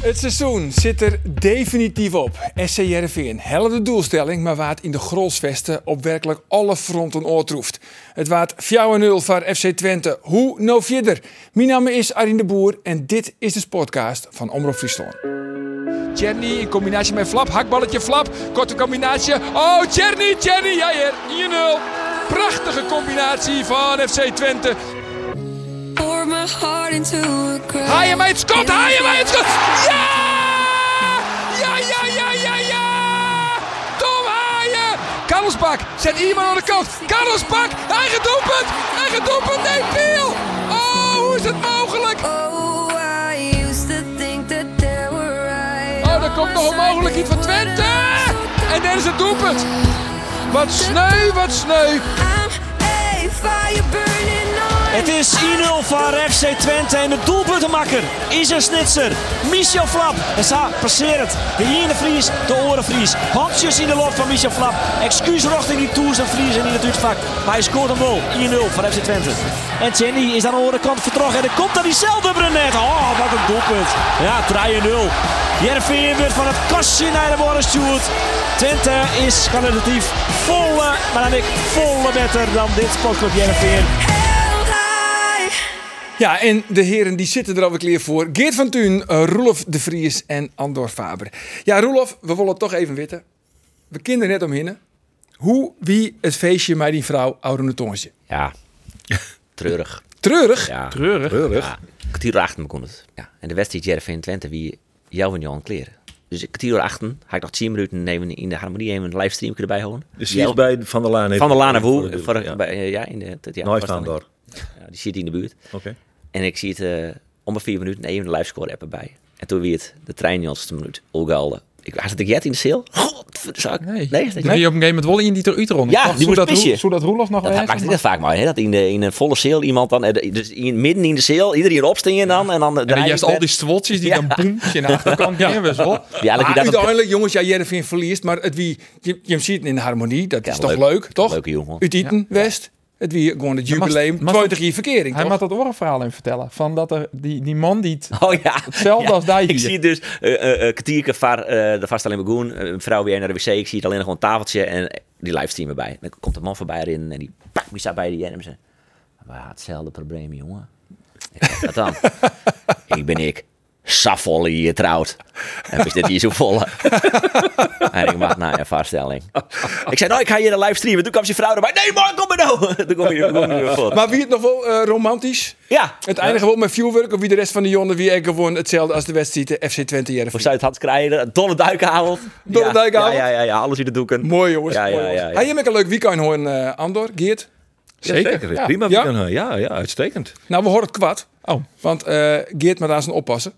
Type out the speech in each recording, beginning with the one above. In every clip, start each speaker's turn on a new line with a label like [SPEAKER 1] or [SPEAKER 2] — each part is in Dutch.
[SPEAKER 1] Het seizoen zit er definitief op. SC Heerenveen helle de doelstelling, maar waard in de grolsvesten op werkelijk alle fronten oortroeft. Het waard 4-0 voor FC Twente. Hoe nou verder? Mijn naam is Arjen de Boer en dit is de podcast van Omroep Friesland. Tjerni in combinatie met Flap, hakballetje Flap, korte combinatie. Oh, Tjerni, Tjerni, ja, hier, 1-0. Prachtige combinatie van FC Twente.
[SPEAKER 2] Pour my heart into a crowd.
[SPEAKER 1] Haaien bij het schot, haaien bij het schot. Ja! Ja, ja, ja, ja, ja! Tom Haaien! Karlsbak zet iemand aan de kant. Karlsbak, eigen doelpunt! Eigen doelpunt, nee, Peel! Oh, hoe is het mogelijk?
[SPEAKER 2] Oh, I used to think that there were eyes
[SPEAKER 1] Oh, daar komt nog een mogelijkheid van Twente! En daar is het doelpunt. Wat sneu, wat sneu.
[SPEAKER 2] I'm a fire burning on.
[SPEAKER 3] Het is 1-0 voor FC Twente en de doelpuntenmakker is een snitser. Michel Flap. En sta passerend. De ene Vries, de oren Vries. Handjes in de loop van Michel Flap. Excuus richting die Tours en Vries en in het Duitsvak. Maar hij scoort een goal. 1-0 voor FC Twente. En Jenny is aan de andere kant vertrokken. En dan komt dan diezelfde Brunet. Oh, wat een doelpunt. Ja, 3-0. Jervin wordt van het kastje naar de worden stuurt. Twente is kwalitatief volle, maar dan ik volle beter dan dit sportclub Jervin.
[SPEAKER 2] Held high.
[SPEAKER 1] Ja, en de heren die zitten er alweer klaar voor. Geert van Thun, eh, Roelof de Vries en Andor Faber. Ja, Roelof, we willen het toch even weten. We kinderen net omheen. Hoe wie het feestje met die vrouw Oude Tonsje?
[SPEAKER 4] Ja, treurig.
[SPEAKER 1] Treurig?
[SPEAKER 4] Ja.
[SPEAKER 5] Treurig.
[SPEAKER 4] Ja. Kwartier achter me kon het. Ja. En de wedstrijd Jervin Twente, wie jou en Johan kleren. Dus ik kwartier achter, ga ik nog 10 minuten nemen in de harmonie even een livestream erbij houden.
[SPEAKER 6] Dus
[SPEAKER 4] Jel-
[SPEAKER 6] hier is bij Van der Laan. heeft-
[SPEAKER 4] Van der Laan en
[SPEAKER 6] voor de
[SPEAKER 4] Woe.
[SPEAKER 6] deur,
[SPEAKER 4] voor-
[SPEAKER 6] ja.
[SPEAKER 4] bij, eh, Ja, in de ja,
[SPEAKER 6] Nooit gaan
[SPEAKER 4] voorstelling.
[SPEAKER 6] door.
[SPEAKER 4] Ja, die zit in de buurt.
[SPEAKER 6] Oké.
[SPEAKER 4] En ik zie het eh, om de vier minuten even de livescore app erbij. En toen weer het de trein in de minuut. Olgalde. Ik had het ik jet in de sale. Godverdomme.
[SPEAKER 5] Nee,
[SPEAKER 4] nee,
[SPEAKER 5] die op een gegeven moment Wolly in die ter Utrecht.
[SPEAKER 4] Ja, die moest pissen.
[SPEAKER 1] Zo dat Roelof nog
[SPEAKER 4] Dat
[SPEAKER 1] ergens
[SPEAKER 4] maakt het
[SPEAKER 1] mag?
[SPEAKER 4] net vaak maar, hè? dat in, de, in een volle sale iemand dan, eh, dus in, midden in de sale, iedereen opstingen dan. En dan,
[SPEAKER 5] En dan juist al die stwotjes die
[SPEAKER 4] Ja.
[SPEAKER 5] dan boempje naar de achterkant ja. we zo.
[SPEAKER 4] Ja, dat
[SPEAKER 1] Maar
[SPEAKER 4] je dat een
[SPEAKER 1] uiteindelijk, jongens, ja, Jervin verliest. Maar het wie, je, je ziet in de harmonie, dat is toch leuk,
[SPEAKER 4] leuk.
[SPEAKER 1] toch?
[SPEAKER 4] Leuke jongen.
[SPEAKER 1] Uit Iten, West. Het wie gewoon het
[SPEAKER 5] maar-
[SPEAKER 1] jubileum,
[SPEAKER 5] maar-
[SPEAKER 1] 20 jaar verkering,
[SPEAKER 5] Hij
[SPEAKER 1] toch?
[SPEAKER 5] mag dat orenverhaal even vertellen. Van dat er die, die man die het...
[SPEAKER 4] Oh ja.
[SPEAKER 5] Hetzelfde
[SPEAKER 4] Ja.
[SPEAKER 5] als daar hier.
[SPEAKER 4] Ik zie dus eh eh, eh, kwartierke var, eh, de vast alleen maar Goen, eh, een vrouw weer naar de wc. Ik zie het alleen nog gewoon een tafeltje en eh, die livestream erbij. Dan komt een man voorbij erin en die pakt me staat bij die en ze. Maar hetzelfde probleem, jongen. Ik zeg, Wat dan? ik ben ik. Saffolle hier trouwt. En is dit hier zo volle? en ik maak nou een vaststelling. ik zei, nou, ik ga hier een livestreamen. Toen kwam zijn vrouw erbij. Nee, man, kom maar nou. toen kom je toen kom je er weer voor.
[SPEAKER 1] Maar wie het nog wel eh, romantisch?
[SPEAKER 4] ja,
[SPEAKER 1] Het eindigen wel met vuurwerk of wie de rest van de jongen wie eigenlijk gewoon hetzelfde als de wedstrijd eh, FC Twente
[SPEAKER 4] Voor
[SPEAKER 1] Jervin.
[SPEAKER 4] Zuid-Hans Krijden, Dolle Duikavond.
[SPEAKER 1] Dolle
[SPEAKER 4] Ja,
[SPEAKER 1] Duikavond.
[SPEAKER 4] Ja, ja, ja, ja, alles in de doeken.
[SPEAKER 1] Mooi jongens.
[SPEAKER 4] Ja,
[SPEAKER 1] mooi,
[SPEAKER 4] ja,
[SPEAKER 1] jongens.
[SPEAKER 4] ja, ja.
[SPEAKER 1] Hey, je maakt een leuk weekend hoor, eh, Andor, Geert.
[SPEAKER 6] Ja, Zeker. Prima.
[SPEAKER 1] Ja?
[SPEAKER 6] Ja? ja, ja, uitstekend.
[SPEAKER 1] Nou, we horen het kwad.
[SPEAKER 5] Oh.
[SPEAKER 1] Want eh, Geert moet aan zijn oppassen.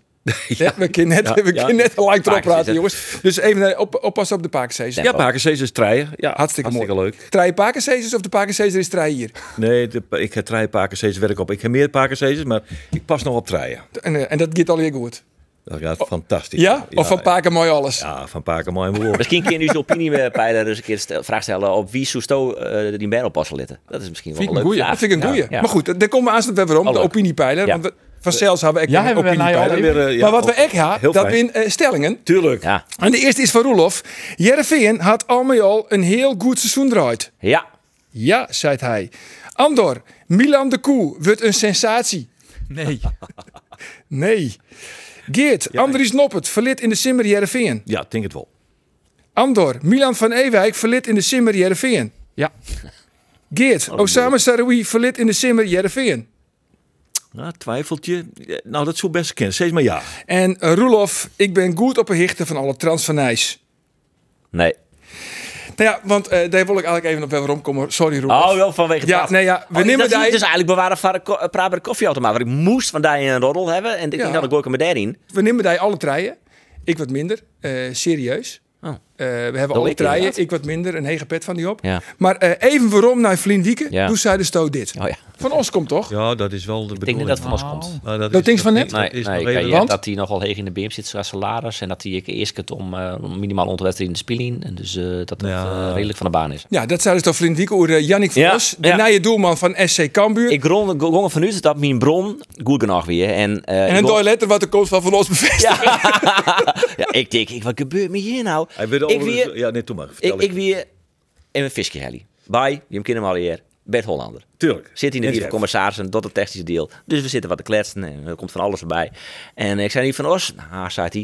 [SPEAKER 1] Ja, we kunnen net,
[SPEAKER 6] Ja,
[SPEAKER 1] we
[SPEAKER 6] ja.
[SPEAKER 1] kunnen net gelijk erop
[SPEAKER 4] Paakjes is
[SPEAKER 1] praten,
[SPEAKER 4] het.
[SPEAKER 1] jongens. Dus even eh, op, oppassen op de Pakensezer.
[SPEAKER 6] Ja, Pakensees is treien. Ja,
[SPEAKER 1] Hartstikke, mooi.
[SPEAKER 6] leuk.
[SPEAKER 1] Trei Pakensezers of de Pakensezer is trei hier?
[SPEAKER 6] Nee, de, ik heb treien Pakensees werk op. Ik heb meer Pakensees, maar ik pas nog op treien.
[SPEAKER 1] En, eh, en dat gaat alweer goed.
[SPEAKER 6] Dat gaat fantastisch.
[SPEAKER 1] Oh, Ja? Of van Paken mooi alles.
[SPEAKER 6] Ja, van Paken mooi en woord.
[SPEAKER 4] Misschien kun je nu zo'n opinie eh, peilen, dus een keer stel- vraag stellen op wie Sousto eh die merel passen litten. Dat is misschien wel
[SPEAKER 5] Vind
[SPEAKER 4] een
[SPEAKER 5] ik
[SPEAKER 4] leuke
[SPEAKER 5] een goeie.
[SPEAKER 4] vraag.
[SPEAKER 1] Dat vind ik een
[SPEAKER 4] Ja,
[SPEAKER 1] goeie.
[SPEAKER 4] ja.
[SPEAKER 1] Maar goed, eh, daar komen we aansluit weer om.
[SPEAKER 4] Oh,
[SPEAKER 1] de
[SPEAKER 4] leuk.
[SPEAKER 1] opinijdelen.
[SPEAKER 4] Ja.
[SPEAKER 1] Want we, van zelfs hebben we echt
[SPEAKER 5] Ja,
[SPEAKER 1] een
[SPEAKER 5] hebben we nou
[SPEAKER 1] opiniepeiler.
[SPEAKER 5] al
[SPEAKER 6] even. Weer, eh, ja,
[SPEAKER 1] maar wat we
[SPEAKER 6] ook-
[SPEAKER 1] echt hebben,
[SPEAKER 6] heel
[SPEAKER 1] dat
[SPEAKER 6] fijn.
[SPEAKER 1] we in eh, stellingen.
[SPEAKER 6] Tuurlijk.
[SPEAKER 4] Ja,
[SPEAKER 1] En de eerste is van Roelof. Jereveen had al een heel goed seizoen draait.
[SPEAKER 4] ja.
[SPEAKER 1] Ja, zei hij. Andor, Milan de Koe wordt een sensatie.
[SPEAKER 5] Nee.
[SPEAKER 1] Nee. Geert, Andries Noppert verlid in de Simmer Jereveen.
[SPEAKER 6] Ja, ik denk het wel.
[SPEAKER 1] Andor, Milan van Ewijk verlid in de Simmer Jereveen.
[SPEAKER 5] Ja.
[SPEAKER 1] Geert, Osama Saroui verlid in de Simmer Jereveen.
[SPEAKER 6] Nou, twijfeltje. Ja, Nou, dat zou best kennen. Steeds maar ja.
[SPEAKER 1] En eh, Roelof, ik ben goed op de hichten van alle transfernijs.
[SPEAKER 4] Nee.
[SPEAKER 1] Nou ja, want eh, daar wil ik eigenlijk even op wel rondkomen. Sorry Roelof.
[SPEAKER 4] Oh, wel vanwege het
[SPEAKER 1] Ja,
[SPEAKER 4] water.
[SPEAKER 1] nee, ja, we
[SPEAKER 4] Oh,
[SPEAKER 1] nemen
[SPEAKER 4] dat is
[SPEAKER 1] die-
[SPEAKER 4] dus eigenlijk bewaren van een ko- eh, Praber koffieautomaat. Want ik moest vandaag een roddel hebben en ik
[SPEAKER 1] Ja.
[SPEAKER 4] denk dat ik ook een medaille in.
[SPEAKER 1] We nemen daar alle treien. Ik wat minder. eh, serieus.
[SPEAKER 4] Oh.
[SPEAKER 1] Eh, we hebben
[SPEAKER 4] Oh,
[SPEAKER 1] alle
[SPEAKER 4] ik
[SPEAKER 1] treien.
[SPEAKER 4] inderdaad.
[SPEAKER 1] Ik wat minder. Een hege pet van die op.
[SPEAKER 4] Ja.
[SPEAKER 1] Maar eh, even waarom naar Vlien Dieken.
[SPEAKER 4] Ja.
[SPEAKER 1] Doet zij de stoot dit.
[SPEAKER 4] Oh ja.
[SPEAKER 1] Van ons komt toch?
[SPEAKER 6] Ja, dat is wel de
[SPEAKER 4] Ik denk
[SPEAKER 6] bedoeling.
[SPEAKER 4] dat dat van ons komt.
[SPEAKER 6] Maar dat
[SPEAKER 1] Dat
[SPEAKER 6] is
[SPEAKER 1] ding van
[SPEAKER 6] nog
[SPEAKER 1] net?
[SPEAKER 6] niet-
[SPEAKER 4] Nee,
[SPEAKER 6] is
[SPEAKER 4] nee,
[SPEAKER 6] nog
[SPEAKER 4] kijk,
[SPEAKER 6] even-
[SPEAKER 4] ja,
[SPEAKER 1] Want?
[SPEAKER 4] dat hij nogal heeg in de beam zit qua salaris. En dat hij eerst kunt om eh, minimaal onderwedstrijd in de spieling. En dus eh, dat het
[SPEAKER 6] Ja.
[SPEAKER 4] eh, redelijk van de baan is.
[SPEAKER 1] Ja, dat zijn dus toch Vlien Dieken. Oer, eh, Jannik
[SPEAKER 4] Ja,
[SPEAKER 1] Vos, de
[SPEAKER 4] ja.
[SPEAKER 1] nieuwe doelman van SC Cambuur.
[SPEAKER 4] Ik rond gongen van u dat mijn bron goed genoeg weer. En, eh, ik
[SPEAKER 1] en een
[SPEAKER 4] wil-
[SPEAKER 1] dooi letter wat de komst van Van Os bevestigt.
[SPEAKER 4] ja, ik denk, ik, wat gebeurt me hier nou?
[SPEAKER 6] Hij wilde
[SPEAKER 4] ik
[SPEAKER 6] overigens-
[SPEAKER 4] weer,
[SPEAKER 6] Ja, nee, toen maar.
[SPEAKER 4] ik,
[SPEAKER 6] vertel
[SPEAKER 4] ik weer in mijn visje Helly. Bij, die hem kennen hem al hier. Bert Hollander.
[SPEAKER 6] Tuurlijk.
[SPEAKER 4] Zit in de vierde
[SPEAKER 6] Netwerk.
[SPEAKER 4] commissaris en tot het technische deel. Dus we zitten wat te kletsen en er komt van alles erbij. En ik zei niet van Os, nou, zei hij.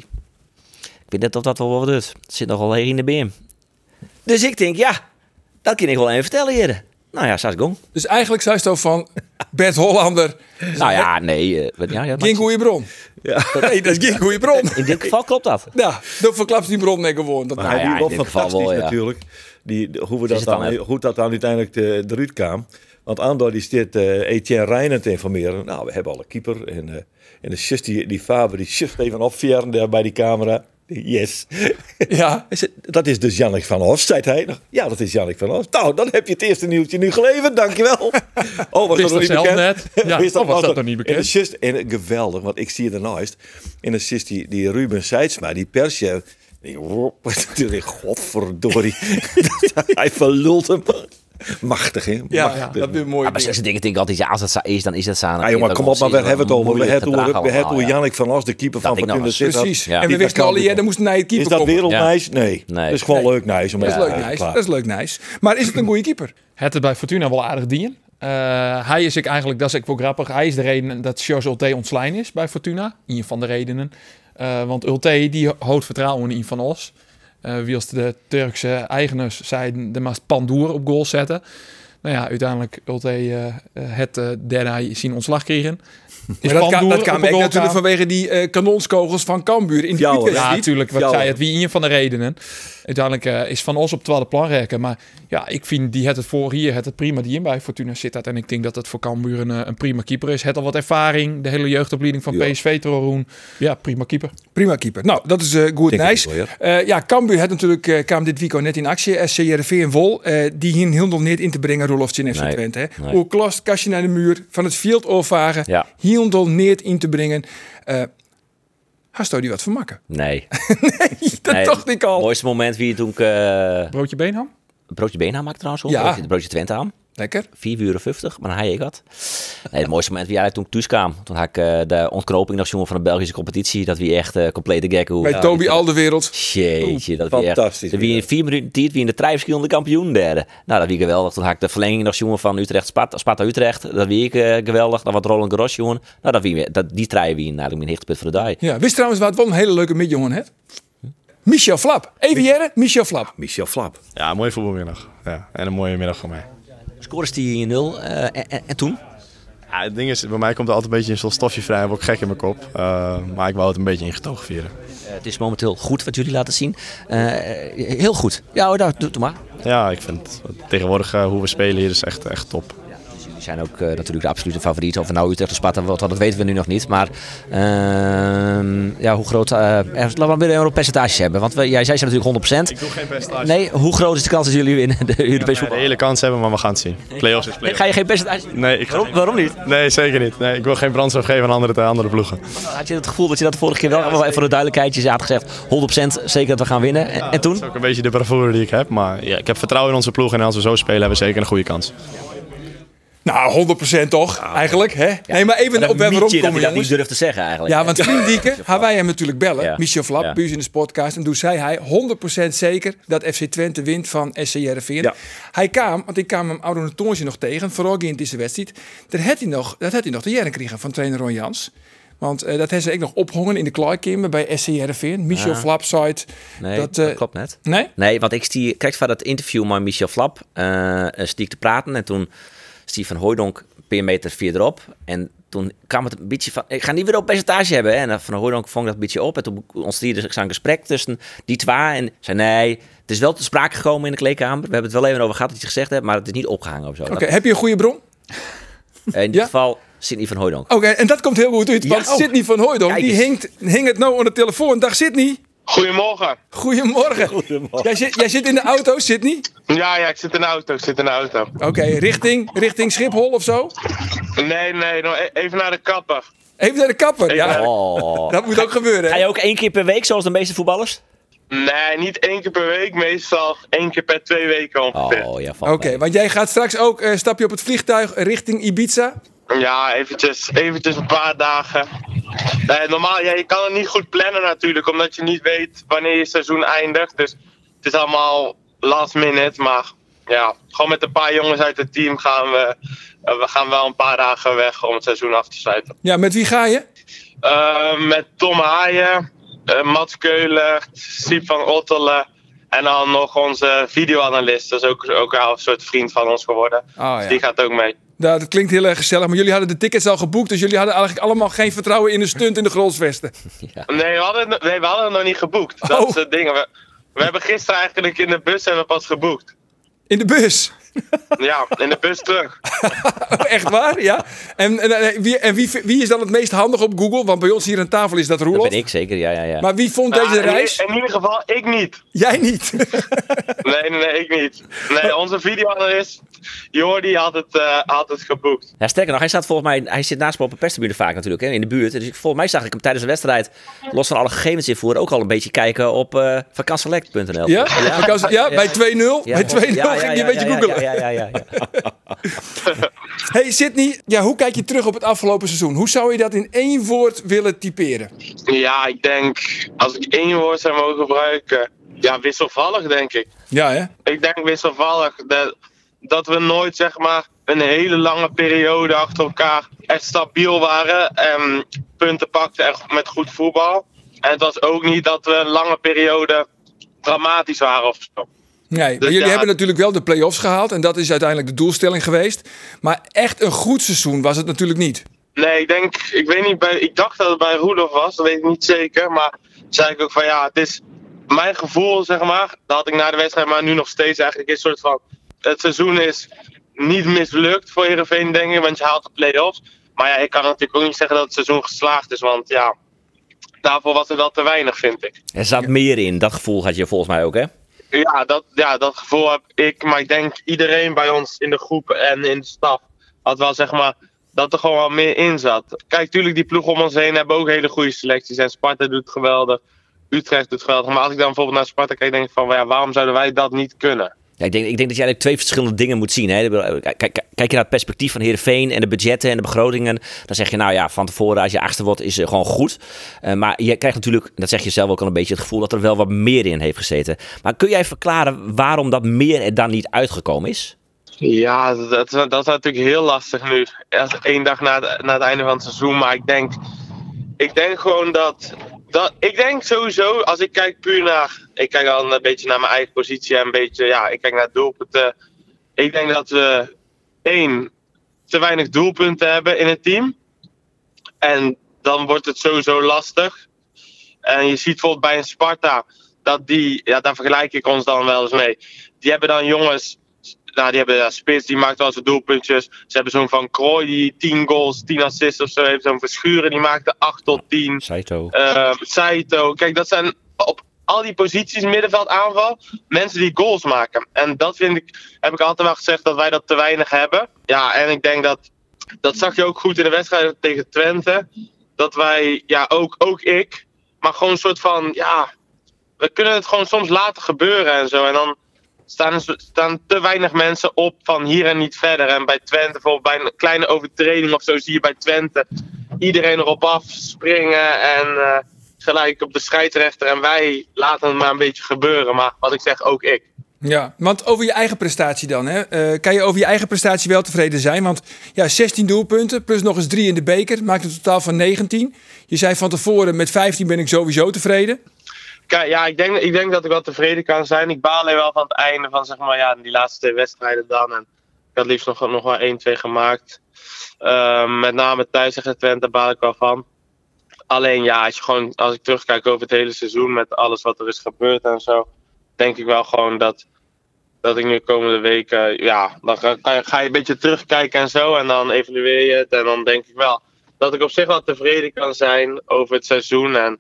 [SPEAKER 4] Ik weet net of dat wel wat doet. Het zit nogal heeg in de beam. Dus ik denk, ja, dat kan ik wel even vertellen hier. Nou ja, saas gong.
[SPEAKER 1] Dus eigenlijk zei ze toch van Bert Hollander.
[SPEAKER 4] Nou ja, nee. eh, wat- ja, ja,
[SPEAKER 1] Geen goede bron. Nee, dat is geen goede bron.
[SPEAKER 4] in dit geval klopt dat.
[SPEAKER 1] Nou, dan verklapt die bron net gewoon. Dat
[SPEAKER 6] Maar
[SPEAKER 4] Nou
[SPEAKER 6] hij
[SPEAKER 4] ja,
[SPEAKER 6] ja, wel
[SPEAKER 4] in dit geval
[SPEAKER 6] fantastisch
[SPEAKER 4] wel, ja.
[SPEAKER 6] natuurlijk. Die, de- hoe, we
[SPEAKER 4] Ze
[SPEAKER 6] dat
[SPEAKER 4] zit dan
[SPEAKER 6] dan,
[SPEAKER 4] uit.
[SPEAKER 6] hoe dat dan uiteindelijk te, eruit kwam. Want Andor die zit eh, Etienne Reijnen te informeren. Nou, we hebben al een keeper. En, eh, en de zus die, die Faber, die zus even opveren daar bij die camera. Yes.
[SPEAKER 1] Ja.
[SPEAKER 6] Hij zei, dat is dus Jannik van Hofs, zei hij. nog. Ja, dat is Jannik van Hofs. Nou, dan heb je het eerste nieuwtje nu geleverd, dankjewel. Oh, was
[SPEAKER 5] Wist
[SPEAKER 6] nog
[SPEAKER 5] dat
[SPEAKER 6] niet
[SPEAKER 5] zelf
[SPEAKER 6] bekend?
[SPEAKER 5] net? Ja, oh, was dat nog niet bekend?
[SPEAKER 6] En, assist, en geweldig, want ik zie het ernaast. En assist die, die Ruben Seidsma, die persje. Die, die dacht, godverdorie. hij verlult hem. Machtig, hè?
[SPEAKER 1] Ja,
[SPEAKER 6] Machtig.
[SPEAKER 1] dat is een mooie
[SPEAKER 4] Ja, maar
[SPEAKER 1] ding.
[SPEAKER 4] ze dingen denk ik altijd, ja, als dat zo is, dan is dat zo.
[SPEAKER 6] Ah, jongen, kom op, maar we hebben het over. We hebben het over- we hebben over Jannik van Hofs, de keeper van
[SPEAKER 4] Dat ik nog
[SPEAKER 6] Fortuna
[SPEAKER 4] eens.
[SPEAKER 6] Sittard.
[SPEAKER 1] Precies.
[SPEAKER 4] Ja.
[SPEAKER 1] En we
[SPEAKER 6] Die-
[SPEAKER 1] wisten
[SPEAKER 6] dat
[SPEAKER 1] al,
[SPEAKER 6] kan
[SPEAKER 1] ja,
[SPEAKER 6] niet.
[SPEAKER 1] er moest naar je keeper
[SPEAKER 6] Is dat
[SPEAKER 1] komen.
[SPEAKER 6] wereldnijs? Nee.
[SPEAKER 4] Nee.
[SPEAKER 6] Dat is gewoon leuk nijs. om
[SPEAKER 1] Dat is
[SPEAKER 6] even-
[SPEAKER 1] leuk nice.
[SPEAKER 6] klaar.
[SPEAKER 1] Dat is leuk nice. Maar is het een goede keeper?
[SPEAKER 5] Het is bij Fortuna wel aardig dien. Eh, hij is ik eigenlijk, dat is ik wel grappig. Hij is de reden dat Charles Ulte ontslijn is bij Fortuna. Een van de redenen. Eh, want Ulte die houdt vertrouwen in Van Os. Eh wie als de Turkse eigenaars zeiden, de maast Pandoer op goal zetten. Nou ja, uiteindelijk Ulte eh, eh, het eh, daarna zien ontslag kregen. Is
[SPEAKER 1] Maar dat kan,
[SPEAKER 5] Pandoer
[SPEAKER 1] dat
[SPEAKER 5] op
[SPEAKER 1] kan
[SPEAKER 5] een
[SPEAKER 1] ook
[SPEAKER 5] goal
[SPEAKER 1] natuurlijk
[SPEAKER 5] gaan?
[SPEAKER 1] vanwege die eh, kanonskogels van Cambuur in de
[SPEAKER 6] Ja, hoor.
[SPEAKER 1] Utrecht.
[SPEAKER 5] Ja,
[SPEAKER 1] Ja,
[SPEAKER 5] natuurlijk. Wat
[SPEAKER 6] Ja,
[SPEAKER 5] zei
[SPEAKER 6] hoor.
[SPEAKER 5] het? Wie een van de redenen. Uiteindelijk eh, is Van Os op 12 belangrijker. Maar ja, ik vind die het het voor hier, het het prima die in bij Fortuna zit. uit. En ik denk dat het voor Cambuur een, eh, een prima keeper is. Het al wat ervaring. De hele jeugdopleiding van
[SPEAKER 6] Ja.
[SPEAKER 5] PSV, Troroen. Ja, prima keeper.
[SPEAKER 1] prima keeper. Nou, dat is eh goed
[SPEAKER 6] Denk ik
[SPEAKER 1] nice.
[SPEAKER 6] wel, ja.
[SPEAKER 1] Eh, ja, Cambuur had natuurlijk, eh, kwam dit weekend net in actie. Eh, SC Heerenveen en Wol, eh, die hier heel nog niet in te brengen, Roelof in FC
[SPEAKER 4] Nee,
[SPEAKER 1] Twente. Hè?
[SPEAKER 4] nee.
[SPEAKER 1] Hoe klast kastje naar de muur, van het veld afvagen,
[SPEAKER 4] Ja.
[SPEAKER 1] heel nog niet in te brengen. Eh Hasto die wat van makken?
[SPEAKER 4] Nee.
[SPEAKER 1] Dat
[SPEAKER 4] nee.
[SPEAKER 1] dacht ik al.
[SPEAKER 4] mooiste moment wie toen ik eh,
[SPEAKER 5] Broodje Beenham.
[SPEAKER 4] broodje been aan maakte trouwens. hoor.
[SPEAKER 1] Ja.
[SPEAKER 4] Broodje, broodje Twente aan.
[SPEAKER 1] Lekker.
[SPEAKER 4] 4 uur 50, maar dan haal ik wat. Nee, het mooiste moment wie eigenlijk toen ik thuis kwam. Toen had ik eh, de ontknoping nog jongen van de Belgische competitie. Dat wie echt eh, complete gekko.
[SPEAKER 1] Bij
[SPEAKER 4] Ja,
[SPEAKER 1] Toby
[SPEAKER 4] die-
[SPEAKER 1] al de wereld.
[SPEAKER 4] Jeetje, dat weer.
[SPEAKER 6] fantastisch
[SPEAKER 4] Wie
[SPEAKER 6] weer.
[SPEAKER 4] in vier minuten tiert, wie in de drie verschillende kampioen derde. Nou, dat wie geweldig. Toen had ik de verlenging nog jongen van Utrecht, Sparta, Sparta Utrecht. Dat wie ik eh, geweldig. Dan wat Roland Garros jongen. Nou, dat wie, dat, die drie wie eigenlijk mijn hoogtepunt van de dag.
[SPEAKER 1] Ja, wist trouwens wat wel een hele leuke midjongen hè? Michel Flap. Even jaren, Michel Flap.
[SPEAKER 6] Michel Flap.
[SPEAKER 7] Ja, een mooie voetbalmiddag. Ja, en een mooie middag voor mij.
[SPEAKER 4] Scores die 1-0 eh, en, en- en toen?
[SPEAKER 7] Ja, het ding is, bij mij komt er altijd een beetje een soort stofje vrij. en word ik gek in mijn kop. Eh, maar ik wou het een beetje in getogen vieren.
[SPEAKER 4] Eh, het is momenteel goed wat jullie laten zien. Eh, eh, heel goed. Ja, hoor, nou, doe, doe maar.
[SPEAKER 7] Ja, ik vind tegenwoordig eh, hoe we spelen hier is echt, echt top.
[SPEAKER 4] Dus jullie zijn ook eh, natuurlijk de absolute favoriet. Of nou Utrecht of Sparta, wat, dat weten we nu nog niet. Maar ehm, ja, hoe groot... eh er- laten we maar weer een percentages hebben. Want we- jij zei ze natuurlijk 100%.
[SPEAKER 7] doe geen percentage.
[SPEAKER 4] Nee, hoe groot is de kans dat jullie winnen de Europese
[SPEAKER 7] De
[SPEAKER 4] voetbal?
[SPEAKER 7] hele kans hebben, maar we gaan het zien. Playoffs is
[SPEAKER 4] Nee, ga
[SPEAKER 7] playoffs.
[SPEAKER 4] je geen percentage?
[SPEAKER 7] Nee, ik ga
[SPEAKER 4] Waarom,
[SPEAKER 7] geen-
[SPEAKER 4] waarom niet?
[SPEAKER 7] Nee, zeker niet. Nee, ik wil geen brandstof geven aan andere, aan andere ploegen.
[SPEAKER 4] Had je het gevoel dat je dat de vorige keer wel maar even voor de duidelijkheidjes had gezegd? 100% zeker dat we gaan winnen. En, en toen?
[SPEAKER 7] Dat is ook een beetje de bravoure die ik heb. Maar ja, ik heb vertrouwen in onze ploeg. En als we zo spelen, hebben we zeker een goede kans.
[SPEAKER 1] Nou, 100% toch? Eigenlijk, hè? Nee, maar even op waarom
[SPEAKER 4] Mietje,
[SPEAKER 1] komen,
[SPEAKER 4] dat je dat niet
[SPEAKER 1] jongens.
[SPEAKER 4] durft te zeggen eigenlijk.
[SPEAKER 1] Ja, want Slim Dieke, gaan wij hem natuurlijk bellen.
[SPEAKER 4] Ja.
[SPEAKER 1] Michel Flap,
[SPEAKER 4] Ja.
[SPEAKER 1] buus in de podcast. En toen zei hij 100% zeker dat FC Twente wint van SCRV.
[SPEAKER 6] Ja.
[SPEAKER 1] Hij kwam, want ik kwam hem Oude Toontje nog tegen, vooral in deze wedstrijd. Daar had hij nog, dat had hij nog de jaren gekregen van trainer Ron Jans. Want eh, dat heeft ze ook nog ophongen in de klaarkamer bij SCRV. Michel Flap zei het,
[SPEAKER 4] Ah. nee,
[SPEAKER 1] dat,
[SPEAKER 4] dat,
[SPEAKER 1] eh,
[SPEAKER 4] klopt net.
[SPEAKER 1] Nee?
[SPEAKER 4] Nee, want ik stie, kreeg van dat interview met Michel Flap, eh stiek te praten. En toen stiek Van Hooijdonk een paar meter verderop. En toen kwam het een beetje van, ik ga niet weer op percentage hebben. Hè. En Van Hooijdonk vond dat een beetje op. En toen ontstierde zich zo'n gesprek tussen die twee. En zei, nee, het is wel te sprake gekomen in de kleedkamer. We hebben het wel even over gehad dat je gezegd hebt, maar het is niet opgehangen of zo.
[SPEAKER 1] Oké, heb je een goede bron?
[SPEAKER 4] Dat- in dit
[SPEAKER 1] Ja?
[SPEAKER 4] geval Sidney Van Hooijdonk.
[SPEAKER 1] Oké, en dat komt heel goed uit. Want
[SPEAKER 4] Ja, oh.
[SPEAKER 1] Sydney van Hooijdonk,
[SPEAKER 4] Kijk
[SPEAKER 1] die
[SPEAKER 4] eens.
[SPEAKER 1] hinkt, hing het nou aan de telefoon. Dag Sydney.
[SPEAKER 8] Goedemorgen.
[SPEAKER 1] Goedemorgen. Jij zit, jij zit in de auto, Sydney?
[SPEAKER 8] Ja, ja, ik zit in de auto, ik zit in de auto.
[SPEAKER 1] Oké, richting, richting Schiphol of zo?
[SPEAKER 8] Nee, nee, nog e- even naar de kapper.
[SPEAKER 1] Even naar de kapper. Ja,
[SPEAKER 4] Oh.
[SPEAKER 1] dat moet ook gebeuren.
[SPEAKER 4] Ga
[SPEAKER 1] hè?
[SPEAKER 4] je ook één keer per week, zoals de meeste voetballers?
[SPEAKER 8] Nee, niet één keer per week, meestal één keer per twee weken ongeveer.
[SPEAKER 4] Oh, ja, valt
[SPEAKER 1] Oké,
[SPEAKER 4] mee.
[SPEAKER 1] want jij gaat straks ook eh stap je op het vliegtuig richting Ibiza.
[SPEAKER 8] Ja, eventjes, eventjes een paar dagen. Eh, normaal, ja, je kan het niet goed plannen natuurlijk, omdat je niet weet wanneer je seizoen eindigt. Dus het is allemaal last minute, maar ja, gewoon met een paar jongens uit het team gaan we, eh, we gaan wel een paar dagen weg om het seizoen af te sluiten.
[SPEAKER 1] Ja, met wie ga je?
[SPEAKER 8] Eh, met Tom Haaien, eh, Mats Keuler, Siep van Ottelen. En dan nog onze videoanalist. Dat is ook, ook al een soort vriend van ons geworden.
[SPEAKER 1] ja.
[SPEAKER 8] Dus die gaat ook mee.
[SPEAKER 1] Nou, dat klinkt heel erg gezellig, maar jullie hadden de tickets al geboekt. Dus jullie hadden eigenlijk allemaal geen vertrouwen in de stunt in de grondsvesten.
[SPEAKER 8] Nee, we hadden het, nee, we hadden het nog niet geboekt. Dat
[SPEAKER 1] Oh.
[SPEAKER 8] is het ding. We, we hebben gisteren eigenlijk in de bus hebben we pas geboekt.
[SPEAKER 1] In de bus.
[SPEAKER 8] Ja, in de bus terug.
[SPEAKER 1] Oh, echt waar? Ja. En, en, en wie, en wie, wie is dan het meest handig op Google? Want bij ons hier aan tafel is dat
[SPEAKER 4] Dat
[SPEAKER 1] Roelof.
[SPEAKER 4] ben ik zeker, ja, ja, ja.
[SPEAKER 1] Maar wie vond
[SPEAKER 8] Ah,
[SPEAKER 1] deze
[SPEAKER 8] in-
[SPEAKER 1] reis?
[SPEAKER 8] In, ieder geval, ik niet.
[SPEAKER 1] Jij niet.
[SPEAKER 8] Nee, nee, nee, ik niet. Nee, onze videoanalist, Jordi, had het, eh, had het geboekt.
[SPEAKER 4] Ja, sterker nog, hij staat volgens mij, hij zit naast me op een perstribune vaak natuurlijk, hè, in de buurt. Dus ik, volgens mij zag ik hem tijdens de wedstrijd, los van alle gegevens invoeren, ook al een beetje kijken op eh vakantselect.nl.
[SPEAKER 1] Ja? Ja, bij 2-0. bij 2-0
[SPEAKER 4] ja, ja,
[SPEAKER 1] ging je
[SPEAKER 4] ja,
[SPEAKER 1] een beetje
[SPEAKER 4] ja,
[SPEAKER 1] googelen.
[SPEAKER 4] Ja, ja, ja, ja, ja.
[SPEAKER 1] Hey Sydney, ja, hoe kijk je terug op het afgelopen seizoen? Hoe zou je dat in één woord willen typeren?
[SPEAKER 8] Ja, ik denk, als ik één woord zou mogen gebruiken, ja, wisselvallig denk ik.
[SPEAKER 1] Ja, hè?
[SPEAKER 8] Ik denk wisselvallig dat, dat we nooit, zeg maar, een hele lange periode achter elkaar echt stabiel waren en punten pakten en met goed voetbal. En het was ook niet dat we een lange periode dramatisch waren of zo.
[SPEAKER 1] Nee, maar jullie
[SPEAKER 8] ja,
[SPEAKER 1] hebben
[SPEAKER 8] het-
[SPEAKER 1] natuurlijk wel de play-offs gehaald. En dat is uiteindelijk de doelstelling geweest. Maar echt een goed seizoen was het natuurlijk niet.
[SPEAKER 8] Nee, ik denk, ik weet niet, bij, ik dacht dat het bij Roelof was, dat weet ik niet zeker. Maar zei ik ook van ja, het is mijn gevoel, zeg maar. Dat had ik na de wedstrijd, maar nu nog steeds eigenlijk is een soort van. Het seizoen is niet mislukt voor Heerenveen, denk ik, want je haalt de play-offs. Maar ja, ik kan natuurlijk ook niet zeggen dat het seizoen geslaagd is, want ja, daarvoor was het wel te weinig, vind ik.
[SPEAKER 4] Er zat meer in, dat gevoel had je volgens mij ook, hè?
[SPEAKER 8] Ja, dat, ja, dat gevoel heb ik, maar ik denk iedereen bij ons in de groep en in de staf had wel zeg maar dat er gewoon wel meer in zat. Kijk, tuurlijk, die ploeg om ons heen hebben ook hele goede selecties. En Sparta doet het geweldig, Utrecht doet het geweldig. Maar als ik dan bijvoorbeeld naar Sparta kijk, denk ik van ja, waarom zouden wij dat niet kunnen?
[SPEAKER 4] Ja, ik, denk, ik denk dat je eigenlijk twee verschillende dingen moet zien. Hè? Ik bedoel, eh, Kijk, kijk- kijk je naar het perspectief van Heerenveen en de budgetten en de begrotingen. Dan zeg je nou ja, van tevoren als je achter wordt is het gewoon goed. Eh, maar je krijgt natuurlijk, dat zeg je zelf ook al een beetje, het gevoel dat er wel wat meer in heeft gezeten. Maar kun jij verklaren waarom dat meer er dan niet uitgekomen is?
[SPEAKER 8] Ja, dat, dat is natuurlijk heel lastig nu. Als één dag na het, na het einde van het seizoen. Maar ik denk, ik denk gewoon dat, dat. Ik denk sowieso, als ik kijk puur naar. Ik kijk al een beetje naar mijn eigen positie en een beetje. Ja, ik kijk naar doelpunten. Ik denk dat we. één, te weinig doelpunten hebben in het team. En dan wordt het sowieso lastig. En je ziet bijvoorbeeld bij een Sparta. Dat die. Ja, daar vergelijk ik ons dan wel eens mee. Die hebben dan jongens nou, die hebben ja, spits, die maakt wel zijn doelpuntjes. Ze hebben zo'n Van Krooi die 10 goals, 10 assists of zo heeft. Zo'n Verschuren die maakte 8 tot 10.
[SPEAKER 4] Saito.
[SPEAKER 8] Ehm, Saito. Kijk, dat zijn op al die posities, middenveld, aanval, mensen die goals maken. En dat vind ik, heb ik altijd wel gezegd dat wij dat te weinig hebben. Ja, en ik denk dat, dat zag je ook goed in de wedstrijd tegen Twente. Dat wij, ja, ook, ook ik, maar gewoon een soort van, ja, we kunnen het gewoon soms laten gebeuren en zo. En dan staan, er- staan te weinig mensen op van hier en niet verder. En bij Twente, bijvoorbeeld bij een kleine overtreding of zo, zie je bij Twente iedereen erop afspringen en eh, gelijk op de scheidsrechter. En wij laten het maar een beetje gebeuren. Maar wat ik zeg, ook ik.
[SPEAKER 1] Ja, want over je eigen prestatie dan. Hè? Eh, kan je over je eigen prestatie wel tevreden zijn? Want ja, 16 doelpunten plus nog eens 3 in de beker. Maakt een totaal van 19. Je zei van tevoren, met 15 ben ik sowieso tevreden.
[SPEAKER 8] Kijk, ja, ik denk, ik denk dat ik wel tevreden kan zijn. Ik baal alleen wel van het einde van zeg maar, ja, die laatste twee wedstrijden dan. En ik had liefst nog, nog wel 1-2 gemaakt. Ehm, met name thuis tegen Twente, daar baal ik wel van. Alleen ja, als, je gewoon, als ik terugkijk over het hele seizoen met alles wat er is gebeurd en zo. Denk ik wel gewoon dat, dat ik nu komende weken, ja, dan ga, kan je- ga je een beetje terugkijken en zo. En dan evalueer je het. En dan denk ik wel dat ik op zich wel tevreden kan zijn over het seizoen. En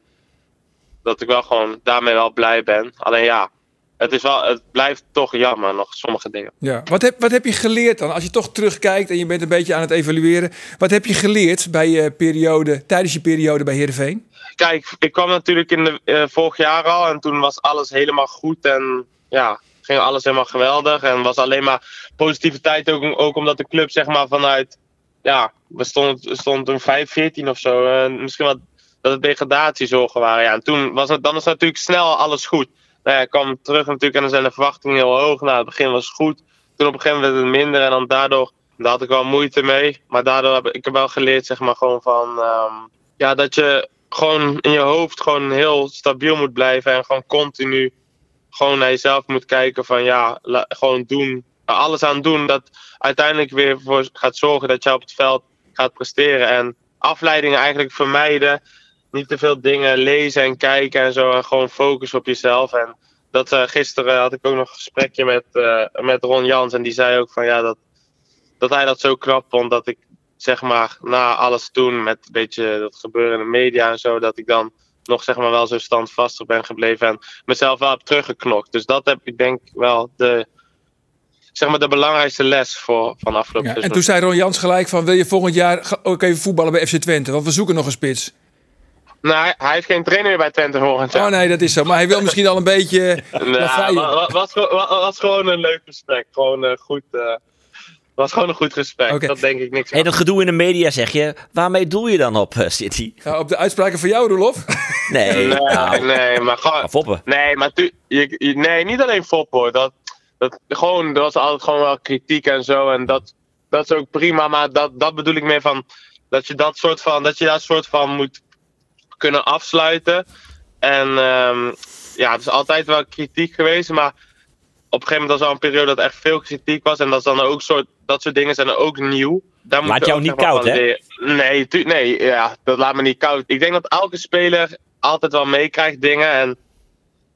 [SPEAKER 8] dat ik wel gewoon daarmee wel blij ben. Alleen ja, het, is wel, het blijft toch jammer nog sommige dingen.
[SPEAKER 1] Ja. Wat, heb, wat heb je geleerd dan? Als je toch terugkijkt en je bent een beetje aan het evalueren. Wat heb je geleerd bij je periode, tijdens je periode bij Heerenveen?
[SPEAKER 8] kijk, ik kwam natuurlijk in de, eh, vorig jaar al en toen was alles helemaal goed en ja, ging alles helemaal geweldig en was alleen maar positiviteit ook, ook omdat de club zeg maar vanuit, ja, we stonden, we stonden toen 5, 14 of zo, eh, misschien wat dat het degradatiezorgen waren. Ja, en toen was het, dan is natuurlijk snel alles goed. Nou ja, ik kwam terug natuurlijk en dan zijn de verwachtingen heel hoog. Nou, het begin was goed. Toen op een gegeven moment werd het minder en dan daardoor, daar had ik wel moeite mee. Maar daardoor heb ik- ik heb wel geleerd, zeg maar, gewoon van, ehm, ja, dat je gewoon in je hoofd gewoon heel stabiel moet blijven en gewoon continu gewoon naar jezelf moet kijken van ja, la- gewoon doen, er alles aan doen dat uiteindelijk weer voor gaat zorgen dat jij op het veld gaat presteren en afleidingen eigenlijk vermijden, niet te veel dingen lezen en kijken en zo en gewoon focus op jezelf en dat eh, gisteren had ik ook nog een gesprekje met, eh, met Ron Jans en die zei ook van ja dat, dat hij dat zo knap vond dat ik zeg maar, na alles toen met een beetje dat gebeuren in de media en zo, dat ik dan nog zeg maar wel zo standvastig ben gebleven en mezelf wel heb teruggeknokt. Dus dat heb ik denk wel de, zeg maar de belangrijkste les voor van afgelopen
[SPEAKER 1] Ja, en
[SPEAKER 8] seizoen.
[SPEAKER 1] toen zei Ron Jans gelijk van wil je volgend jaar ge- ook even voetballen bij FC Twente? Want we zoeken nog een spits.
[SPEAKER 8] Nou, hij, hij heeft geen trainer meer bij Twente volgend jaar.
[SPEAKER 1] Oh nee, dat is zo. Maar hij wil misschien al een beetje...
[SPEAKER 8] Nou,
[SPEAKER 1] Lafaye.
[SPEAKER 8] wa- wa- was, gewoon- wa- was gewoon een leuk gesprek. Gewoon eh, goed. eh, was gewoon een goed gesprek.
[SPEAKER 1] Oké.
[SPEAKER 8] Dat denk ik niks
[SPEAKER 4] En
[SPEAKER 8] aan.
[SPEAKER 4] dat gedoe in de media zeg je, waarmee doel je dan op, eh, City?
[SPEAKER 1] Ja, op de uitspraken van jou, Roelof.
[SPEAKER 4] Nee,
[SPEAKER 8] Nee,
[SPEAKER 4] nou,
[SPEAKER 8] nee, maar gewoon,
[SPEAKER 4] maar foppen.
[SPEAKER 8] Nee, maar tu- je, je- nee, niet alleen fop hoor. Dat, dat, gewoon, er was altijd gewoon wel kritiek en zo. En dat, dat is ook prima. Maar dat, dat bedoel ik meer van dat je dat soort van, dat je daar soort van moet kunnen afsluiten. En ehm, ja, het is altijd wel kritiek geweest. Maar op een gegeven moment was er al een periode dat er echt veel kritiek was. En dat, is dan ook soort, dat soort dingen zijn dan ook nieuw. Daar moet
[SPEAKER 4] Laat
[SPEAKER 8] je
[SPEAKER 4] jou
[SPEAKER 8] ook
[SPEAKER 4] niet
[SPEAKER 8] zeg maar
[SPEAKER 4] koud,
[SPEAKER 8] van
[SPEAKER 4] hè?
[SPEAKER 8] leren. Nee, tu- nee ja, dat laat me niet koud. Ik denk dat elke speler altijd wel meekrijgt dingen. En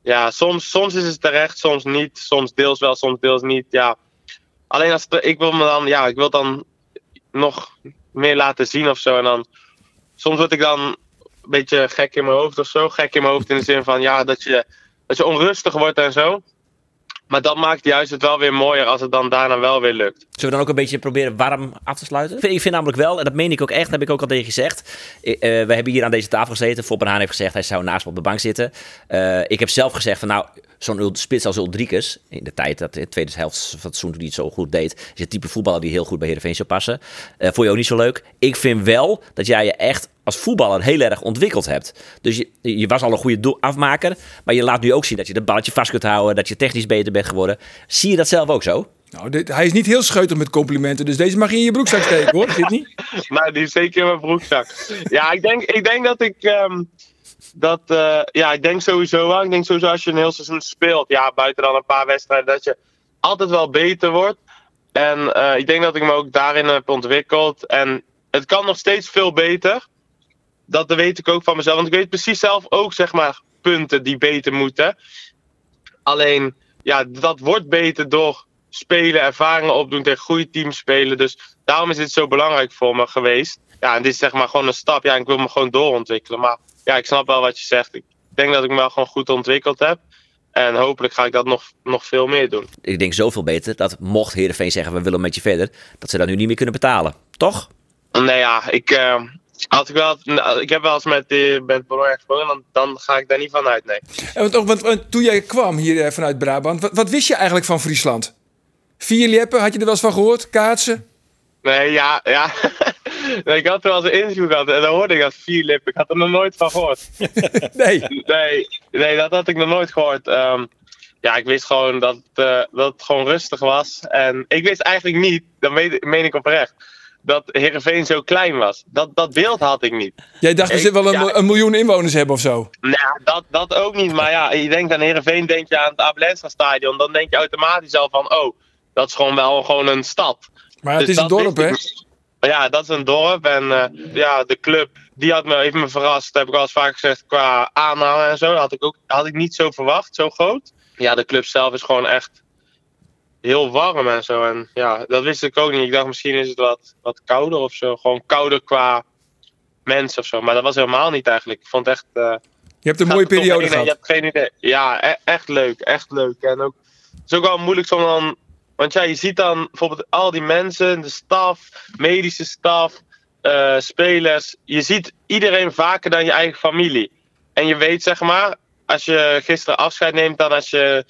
[SPEAKER 8] ja, soms, soms is het terecht, soms niet. Soms deels wel, soms deels niet. Ja. Alleen als het- ik wil me dan, ja, ik wil dan nog meer laten zien of zo. En dan soms word ik dan een beetje gek in mijn hoofd of zo. Gek in mijn hoofd in de zin van ja, dat je, dat je onrustig wordt en zo. Maar dat maakt juist het wel weer mooier als het dan daarna wel weer lukt.
[SPEAKER 4] Zullen we dan ook een beetje proberen warm af te sluiten? Ik vind, ik vind namelijk wel, en dat meen ik ook echt, dat heb ik ook al tegen je gezegd. eh, eh, we hebben hier aan deze tafel gezeten. Foppenhaan heeft gezegd, hij zou naast me op de bank zitten. Eh, ik heb zelf gezegd van nou, zo'n Ul- spits als Ulrikes, in de tijd dat in de tweede helft van het seizoen toen hij het zo goed deed, is het type voetballer die heel goed bij Heerenveen zou passen. Eh vond je ook niet zo leuk. Ik vind wel dat jij je echt als voetballer heel erg ontwikkeld hebt. Dus je, je was al een goede doel- afmaker, maar je laat nu ook zien dat je dat balletje vast kunt houden, dat je technisch beter bent geworden. Zie je dat zelf ook zo?
[SPEAKER 1] Nou, dit- hij is niet heel scheutig met complimenten, dus deze mag je in je broekzak steken, hoor. Zit niet?
[SPEAKER 8] Nou, die is zeker in mijn broekzak. Ja, ik denk, ik denk dat ik. ehm, dat, eh, ja, ik denk sowieso wel. Ik denk sowieso als je een heel seizoen speelt. Ja, buiten dan een paar wedstrijden. Dat je altijd wel beter wordt. En eh, ik denk dat ik me ook daarin heb ontwikkeld. En het kan nog steeds veel beter. Dat weet ik ook van mezelf. Want ik weet precies zelf ook, zeg maar, punten die beter moeten. Alleen, ja, dat wordt beter door spelen, ervaringen opdoen, tegen goede teams spelen. Dus daarom is dit zo belangrijk voor me geweest. Ja, en dit is zeg maar gewoon een stap. Ja, ik wil me gewoon doorontwikkelen. Maar ja, ik snap wel wat je zegt. Ik denk dat ik me wel gewoon goed ontwikkeld heb. En hopelijk ga ik dat nog, nog veel meer doen.
[SPEAKER 4] ik denk zoveel beter dat mocht Heerenveen zeggen we willen met je verder, dat ze dat nu niet meer kunnen betalen. Toch?
[SPEAKER 8] Nou ja, ik, eh, als ik, wel, nou, ik heb wel eens met, die- met Boulogne gesproken, dan, dan ga ik daar niet van uit, nee.
[SPEAKER 1] En want, ook, want, want toen jij kwam hier eh, vanuit Brabant, wat, wat wist je eigenlijk van Friesland? Vier Lieppen, had je er wel eens van gehoord? Kaatsen?
[SPEAKER 8] Nee, ja, ja. Nee, ik had er wel eens een interview gehad en dan hoorde ik dat vier lip. Ik had er nog nooit van gehoord.
[SPEAKER 1] Nee.
[SPEAKER 8] Nee, nee, dat had ik nog nooit gehoord. Ehm, ja, ik wist gewoon dat, eh, dat het gewoon rustig was. En ik wist eigenlijk niet, dat meen, meen ik oprecht, dat Heerenveen zo klein was. Dat, dat beeld had ik niet.
[SPEAKER 1] Jij dacht, er
[SPEAKER 8] Ik-
[SPEAKER 1] zit wel een,
[SPEAKER 8] ja.
[SPEAKER 1] mil- een miljoen inwoners hebben of zo.
[SPEAKER 8] Nou, dat, dat ook niet. Maar ja, je denkt aan Heerenveen, denk je aan het Abelensa stadion. Dan denk je automatisch al van, oh, dat is gewoon wel gewoon een stad.
[SPEAKER 1] Maar het
[SPEAKER 8] Dus
[SPEAKER 1] is een
[SPEAKER 8] dat
[SPEAKER 1] dorp,
[SPEAKER 8] wist
[SPEAKER 1] hè?
[SPEAKER 8] ik niet. Ja, dat is een dorp. En eh, ja, de club, die had me, heeft me verrast. heb ik al eens vaak gezegd, qua aanhang en zo. Dat had ik, ook, had ik niet zo verwacht, zo groot. Ja, de club zelf is gewoon echt heel warm en zo. En ja, dat wist ik ook niet. Ik dacht, misschien is het wat, wat kouder of zo. Gewoon kouder qua mensen of zo. Maar dat was helemaal niet eigenlijk. Ik vond het echt eh,
[SPEAKER 1] Je hebt een
[SPEAKER 8] Gaat
[SPEAKER 1] mooie
[SPEAKER 8] er toch
[SPEAKER 1] periode
[SPEAKER 8] heen en
[SPEAKER 1] gehad.
[SPEAKER 8] Je hebt geen idee. Ja, e- echt leuk, echt leuk. En ook, het is ook wel moeilijk om dan... Want ja, je ziet dan bijvoorbeeld al die mensen, de staf, medische staf, eh, spelers. Je ziet iedereen vaker dan je eigen familie. En je weet zeg maar, als je gisteren afscheid neemt, dan als je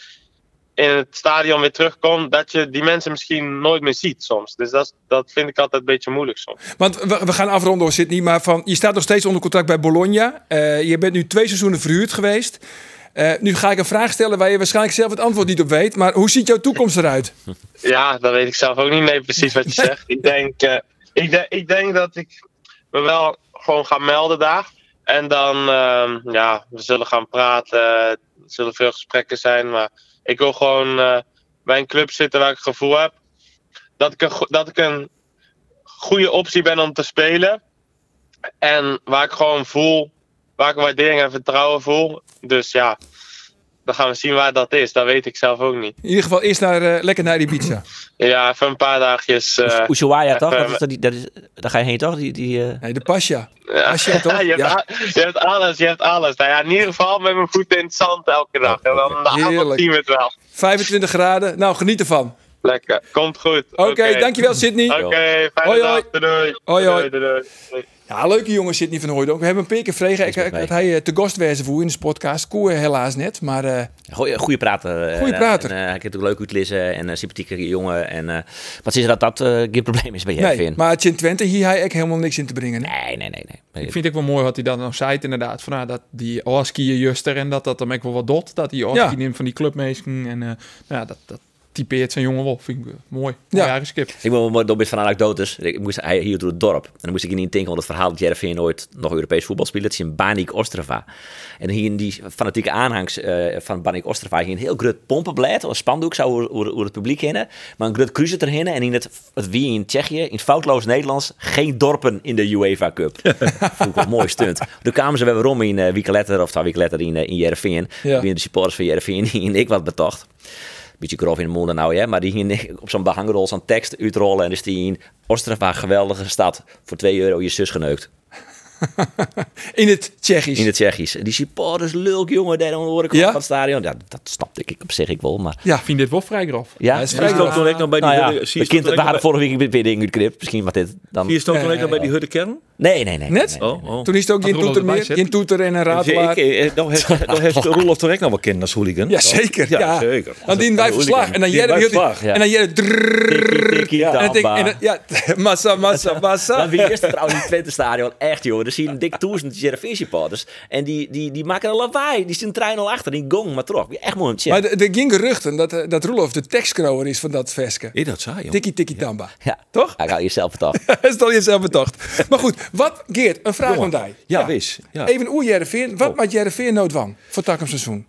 [SPEAKER 8] in het stadion weer terugkomt, dat je die mensen misschien nooit meer ziet soms. Dus dat, is- dat vind ik altijd een beetje moeilijk soms.
[SPEAKER 1] Want we, we gaan afronden hoor, Sidney. Maar van, je staat nog steeds onder contract bij Bologna. Eh, je bent nu twee seizoenen verhuurd geweest. Eh, nu ga ik een vraag stellen waar je waarschijnlijk zelf het antwoord niet op weet. Maar hoe ziet jouw toekomst eruit?
[SPEAKER 8] Ja, dat weet ik zelf ook niet nee, precies wat je zegt. Ik denk, eh, ik, de- ik denk dat ik me wel gewoon ga melden daar. En dan, ehm, ja, we zullen gaan praten. Er zullen veel gesprekken zijn. Maar ik wil gewoon eh, bij een club zitten waar ik het gevoel heb dat ik een, go- dat ik een goede optie ben om te spelen. En waar ik gewoon voel, waar ik waardering en vertrouwen voel. Dus ja, dan gaan we zien waar dat is. Dat weet ik zelf ook niet.
[SPEAKER 1] In ieder geval eerst naar, eh, lekker naar Ibiza.
[SPEAKER 8] Ja, even een paar dagjes. eh,
[SPEAKER 4] Ushuaia toch?
[SPEAKER 8] eh,
[SPEAKER 4] Dat is, dat die- dat is, daar ga je heen toch? Die, die, eh,
[SPEAKER 1] Nee, de Pasja.
[SPEAKER 8] ja.
[SPEAKER 1] Asja, toch?
[SPEAKER 8] je, hebt
[SPEAKER 1] Ja.
[SPEAKER 8] a- je hebt alles, je hebt alles. Nou ja, in ieder geval met mijn voeten in het zand elke dag. En dan de
[SPEAKER 1] Heerlijk.
[SPEAKER 8] avond zien we het wel.
[SPEAKER 1] 25 graden. Nou, geniet ervan.
[SPEAKER 8] Lekker, komt goed.
[SPEAKER 1] Oké, dankjewel Sidney.
[SPEAKER 8] Oké, fijne
[SPEAKER 1] Hoi, hoi.
[SPEAKER 8] dag. Doei, doei.
[SPEAKER 1] Hoi, hoi.
[SPEAKER 8] Doei, doei, doei.
[SPEAKER 1] Ja, leuke jongen Sidney van Hooydonk. We hebben een paar keer vregen. Ik,
[SPEAKER 4] met
[SPEAKER 1] ik-
[SPEAKER 4] mij.
[SPEAKER 1] dat hij eh, te gast wezen voor in de podcast. Koer helaas net. Maar eh,
[SPEAKER 4] Goeie, goeie prater. eh,
[SPEAKER 1] Goeie prater.
[SPEAKER 4] En, eh, hij kan natuurlijk leuk uitlissen en eh, sympathieke jongen. En, eh, maar sinds dat dat eh, geen probleem is bij jij,
[SPEAKER 1] nee. Maar het is in Twente hier hij echt helemaal niks in te brengen. hè?
[SPEAKER 4] Nee, nee, nee. nee.
[SPEAKER 5] Ik vind het ook wel mooi wat hij dan nog zei, het inderdaad. Van, ah, dat die Orski juster en dat dat hem ook wel wat dot. Dat die Orski
[SPEAKER 1] Ja.
[SPEAKER 5] neemt van die clubmeesting. En eh, nou ja, dat, dat typeert zijn jongen wel. Vind ik eh, mooi.
[SPEAKER 1] Ja.
[SPEAKER 5] Ja, skip.
[SPEAKER 4] Ik moet wel door van anekdotes. Ik moest, hij hier door het dorp. En dan moest ik in die denken, want het verhaal dat Jervin nooit nog Europees voetbal speelt. Dat is in Banik Ostrava. En hier in die fanatieke aanhangs eh, van Banik Ostrava. Hier een heel groot pompenblad. Een spandoek zou over- over over het publiek hinnen. Maar een groot cruiser erheen. En in het, het wie in Tsjechië, in het foutloos Nederlands, geen dorpen in de UEFA Cup. Vond ik wel een mooi stunt. Toen kwamen ze weer rond in eh weken later, of twee weken later in, eh, in Jervin.
[SPEAKER 1] Ja.
[SPEAKER 4] de supporters van Jervin, die en ik wat betocht beetje grof in de mond nou, ja, maar die ging op zo'n behangrol zo'n tekst uitrollen en dus die in Ostrava, geweldige stad, voor 2 euro je zus geneukt.
[SPEAKER 1] In het Tsjechisch.
[SPEAKER 4] In het Tsjechisch. Die supporters lulk, jongen, daar hoor ik
[SPEAKER 1] Ja?
[SPEAKER 4] van het stadion. Ja, dat snapte ik op zich ik wel, maar...
[SPEAKER 5] Ik vind dit wel vrij grof.
[SPEAKER 4] Ja,
[SPEAKER 1] is
[SPEAKER 4] ja.
[SPEAKER 1] vrij
[SPEAKER 6] Zie je stond toen ik nog bij die
[SPEAKER 4] Nou ja,
[SPEAKER 6] Hudde- zie je
[SPEAKER 4] de
[SPEAKER 6] stond
[SPEAKER 4] kind, we
[SPEAKER 6] toen ik
[SPEAKER 4] waren
[SPEAKER 6] nog
[SPEAKER 4] vorige week weer dingen uitknipt. Misschien wat dit dan...
[SPEAKER 6] bij- zie je stond toen ik nog bij die Hudde Kern?
[SPEAKER 4] Nee, nee, nee.
[SPEAKER 1] Net?
[SPEAKER 4] nee, nee,
[SPEAKER 6] Oh,
[SPEAKER 4] nee.
[SPEAKER 6] oh.
[SPEAKER 1] Toen is het ook
[SPEAKER 5] Had
[SPEAKER 1] in
[SPEAKER 5] Roelof
[SPEAKER 1] toeter
[SPEAKER 5] erbij
[SPEAKER 1] meer.
[SPEAKER 5] zitten?
[SPEAKER 1] In toeter en een
[SPEAKER 6] Ik,
[SPEAKER 1] radelaar.
[SPEAKER 6] eh, dan heeft, dan heeft Roelof toch ook nog wel kind als hooligan?
[SPEAKER 1] Jazeker. Ja,
[SPEAKER 6] Ja, zeker.
[SPEAKER 1] Want die wij verslag. En dan
[SPEAKER 6] Die
[SPEAKER 1] jij
[SPEAKER 6] wij
[SPEAKER 1] heel die-
[SPEAKER 6] verslag,
[SPEAKER 4] ja.
[SPEAKER 1] En dan jij drrrr.
[SPEAKER 4] Tiki
[SPEAKER 1] En dan denk ik-
[SPEAKER 4] Tamba.
[SPEAKER 1] en dan- Ja, massa, massa, massa.
[SPEAKER 4] Maar wie is er trouwens in het Twente-stadion? Echt, joh. Er zien dik duizend Jereveen-supporters. En die, die, die maken een lawaai. Die zijn trein al achter. Die gong maar trok. Echt mooi om te zien.
[SPEAKER 1] Maar er er ging geruchten dat, eh, dat Roelof de tekstcrower is van dat veske.
[SPEAKER 6] Is dat saai, joh?
[SPEAKER 1] Tikkie tikkie tamba.
[SPEAKER 4] Ja.
[SPEAKER 1] Toch?
[SPEAKER 4] Hij haalt jezelf het af.
[SPEAKER 1] Stel jezelf bedacht. Maar goed, wat, Geert, een vraag van jou.
[SPEAKER 6] Ja, wees. Ja. Oh.
[SPEAKER 1] Even oer Jereveen, wat maakt Jereveen nou dwang voor het seizoen?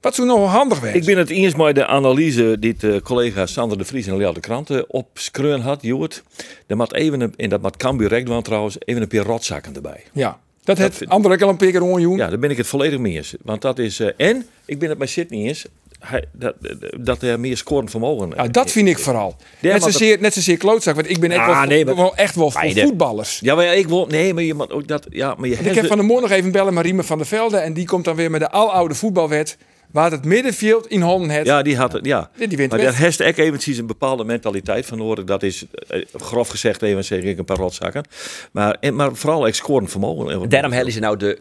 [SPEAKER 1] Wat zou nou handig zijn?
[SPEAKER 6] Ik ben het eens met de analyse die de collega Sander de Vries en Leo de Kranten op Skreun had, Joert. Er moet even, een, en dat moet Cambuur Rek doen trouwens, even een paar rotzakken erbij.
[SPEAKER 1] Ja, dat het
[SPEAKER 6] vind-
[SPEAKER 1] andere al een paar keer onjoen.
[SPEAKER 6] Ja, daar ben ik het volledig mee eens. Want dat is, eh, en ik ben het met Sidney eens, hij, dat, eh, dat hij meer scorend vermogen
[SPEAKER 1] Ja, dat vind ik vooral. Net
[SPEAKER 6] maar
[SPEAKER 1] zozeer, net zozeer klootzak, want ik ben echt
[SPEAKER 6] Ah,
[SPEAKER 1] wel, voor-
[SPEAKER 6] nee, maar-
[SPEAKER 1] wel echt wel voor
[SPEAKER 4] Maar je-
[SPEAKER 1] voetballers.
[SPEAKER 6] Ja, maar ja, ik wil, nee, maar je moet ook dat, ja, maar je
[SPEAKER 1] Ik
[SPEAKER 6] hebt
[SPEAKER 1] heb
[SPEAKER 6] de-
[SPEAKER 1] van de morgen nog even bellen met Riemen van der Velde. En die komt dan weer met de aloude voetbalwet. Waar het middenveld in handen heeft.
[SPEAKER 6] Ja, die had het, ja.
[SPEAKER 1] Ja, die wint
[SPEAKER 6] maar
[SPEAKER 1] best.
[SPEAKER 6] daar heeft ook eventjes een bepaalde mentaliteit van horen. Dat is, eh, grof gezegd, even zeg ik een paar rotzakken. Maar, en, maar vooral ik scorend vermogen. Eh,
[SPEAKER 4] Daarom hebben ze nou de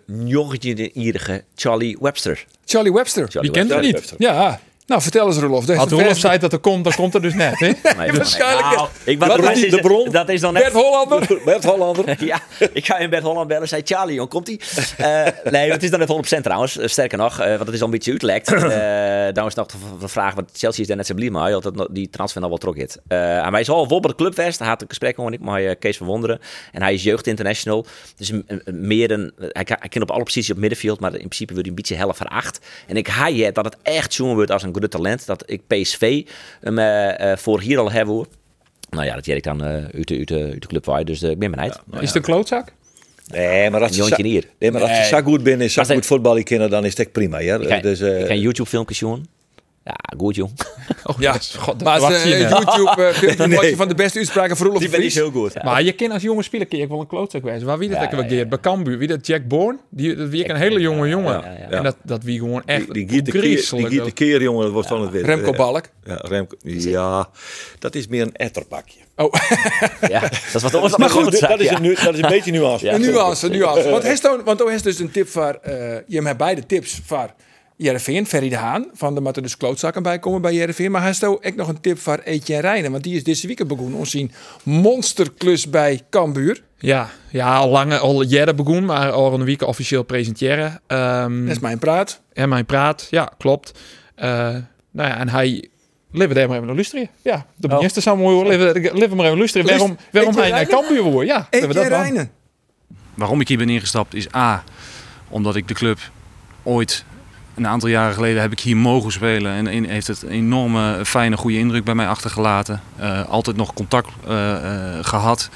[SPEAKER 4] jongetje-ierige Charlie Webster.
[SPEAKER 1] Charlie Webster.
[SPEAKER 4] Charlie
[SPEAKER 5] Die kent
[SPEAKER 4] Webster.
[SPEAKER 5] hem niet.
[SPEAKER 1] Ja, nou vertel eens Rolof.
[SPEAKER 5] Had Roelof zei dat er komt, dan komt er dus net. Hè?
[SPEAKER 4] Nee, nee,
[SPEAKER 1] waarschijnlijk-
[SPEAKER 4] nou, ik
[SPEAKER 1] Wat
[SPEAKER 4] dat
[SPEAKER 1] is
[SPEAKER 4] is-
[SPEAKER 1] de bron?
[SPEAKER 4] Dat is dan
[SPEAKER 1] Bert
[SPEAKER 4] net...
[SPEAKER 1] Hollander.
[SPEAKER 6] Bert Hollander.
[SPEAKER 4] Ja, ik ga in Bert Holland bellen. Zei Charlie, jong, komt ie? Eh, nee, dat is dan net 100% trouwens. Eh, Sterker nog, eh, want het is al een beetje uitlekt. Eh daarom is nog de v- de vraag, want Chelsea is daar net zo blij mee. Hij had dat, die transfer nog wel trok het. Eh en hij is al wel op het clubfest. Hij had een gesprek gewoon ik maar eh, Kees van Wonderen. En hij is jeugd international. Dus een- een- een meer een... Hij, kan- hij kan op alle posities op middenveld, maar in principe wordt hij een beetje helft veracht. En ik haai het dat het echt zoen wordt als een groot talent. Dat ik PSV hem eh, eh, voor hier al heb hoor. Nou ja, dat weet ik dan eh, uit, de, uit, de, uit de club waar. Dus eh, ik ben benieuwd.
[SPEAKER 6] nou,
[SPEAKER 5] Is het een klootzak?
[SPEAKER 6] Nee, maar als
[SPEAKER 4] Een jongetje
[SPEAKER 6] ze,
[SPEAKER 4] hier.
[SPEAKER 6] Nee, maar als ze
[SPEAKER 4] Nee.
[SPEAKER 6] zo goed binnen en zo
[SPEAKER 4] Maar ze-
[SPEAKER 6] goed voetballen kennen, dan is het echt prima. Ja?
[SPEAKER 4] Ik ga,
[SPEAKER 6] dus, eh,
[SPEAKER 4] ik ga YouTube filmpjes zien. Ja, goed jong.
[SPEAKER 1] Ja,
[SPEAKER 5] God,
[SPEAKER 1] maar
[SPEAKER 5] Oh, dat
[SPEAKER 1] als,
[SPEAKER 5] je
[SPEAKER 1] eh,
[SPEAKER 5] net.
[SPEAKER 1] YouTube eh, filmpje
[SPEAKER 6] Nee.
[SPEAKER 1] potje van de beste uitspraken voor Roelof
[SPEAKER 4] Die
[SPEAKER 1] de
[SPEAKER 4] ben ik
[SPEAKER 1] Vries.
[SPEAKER 4] heel goed. Ja.
[SPEAKER 5] Maar je kind als jonge speler kun je ook wel een klootzak wezen. Waar wie dat
[SPEAKER 4] Ja,
[SPEAKER 5] lekker
[SPEAKER 4] ja,
[SPEAKER 5] ja, Bij Cambuur. Wie dat Jack Bourne? Die, dat wie ik een hele jonge jongen.
[SPEAKER 4] ja, ja.
[SPEAKER 5] En dat, dat wie gewoon
[SPEAKER 6] Die,
[SPEAKER 5] echt
[SPEAKER 6] die giet de keer, die giet de
[SPEAKER 5] griezelig.
[SPEAKER 6] keer, jongen, dat was dan het weer.
[SPEAKER 1] Remco Balk.
[SPEAKER 6] eh, Ja, Remco, ja, dat is meer een etterbakje.
[SPEAKER 1] Oh,
[SPEAKER 4] Ja, dat is wat anders
[SPEAKER 6] Maar
[SPEAKER 4] dan
[SPEAKER 6] goed,
[SPEAKER 4] klootzak,
[SPEAKER 6] dat is,
[SPEAKER 4] ja.
[SPEAKER 6] een, nu- dat is een beetje nuance.
[SPEAKER 4] Ja.
[SPEAKER 1] een nuance, een nuance. Want Hesto, want Hesto is een tip voor... eh, je hebt beide tips voor Jereveen, Ferry de Haan. Van de moeten dus klootzakken bij komen bij Jereveen. Maar Hesto ook nog een tip voor Etienne Rijnen. Want die is deze weekend begonnen. Ons zien monsterklus bij Cambuur.
[SPEAKER 5] Ja, ja, al lange, al jaren begon, maar al een week officieel presenteren. Ehm,
[SPEAKER 1] Dat is mijn praat.
[SPEAKER 5] en mijn praat, ja, klopt. Eh, nou ja, en hij... Liver daar maar even naar luisteren. Ja, de
[SPEAKER 4] Oh.
[SPEAKER 5] minister zou mooi horen. Liver maar even luisteren.
[SPEAKER 1] Nou. Lust-
[SPEAKER 5] Waarom, waarom
[SPEAKER 1] Eet je
[SPEAKER 5] hij naar
[SPEAKER 1] Rijnen?
[SPEAKER 5] Cambuur hoor. Ja, hebben we
[SPEAKER 1] Etienne
[SPEAKER 5] dat dan.
[SPEAKER 1] Rijnen.
[SPEAKER 9] waarom ik hier ben ingestapt is A, omdat ik de club ooit, een aantal jaren geleden, heb ik hier mogen spelen. En in, heeft het een enorme fijne, goede indruk bij mij achtergelaten. Eh, altijd nog contact eh, eh, gehad,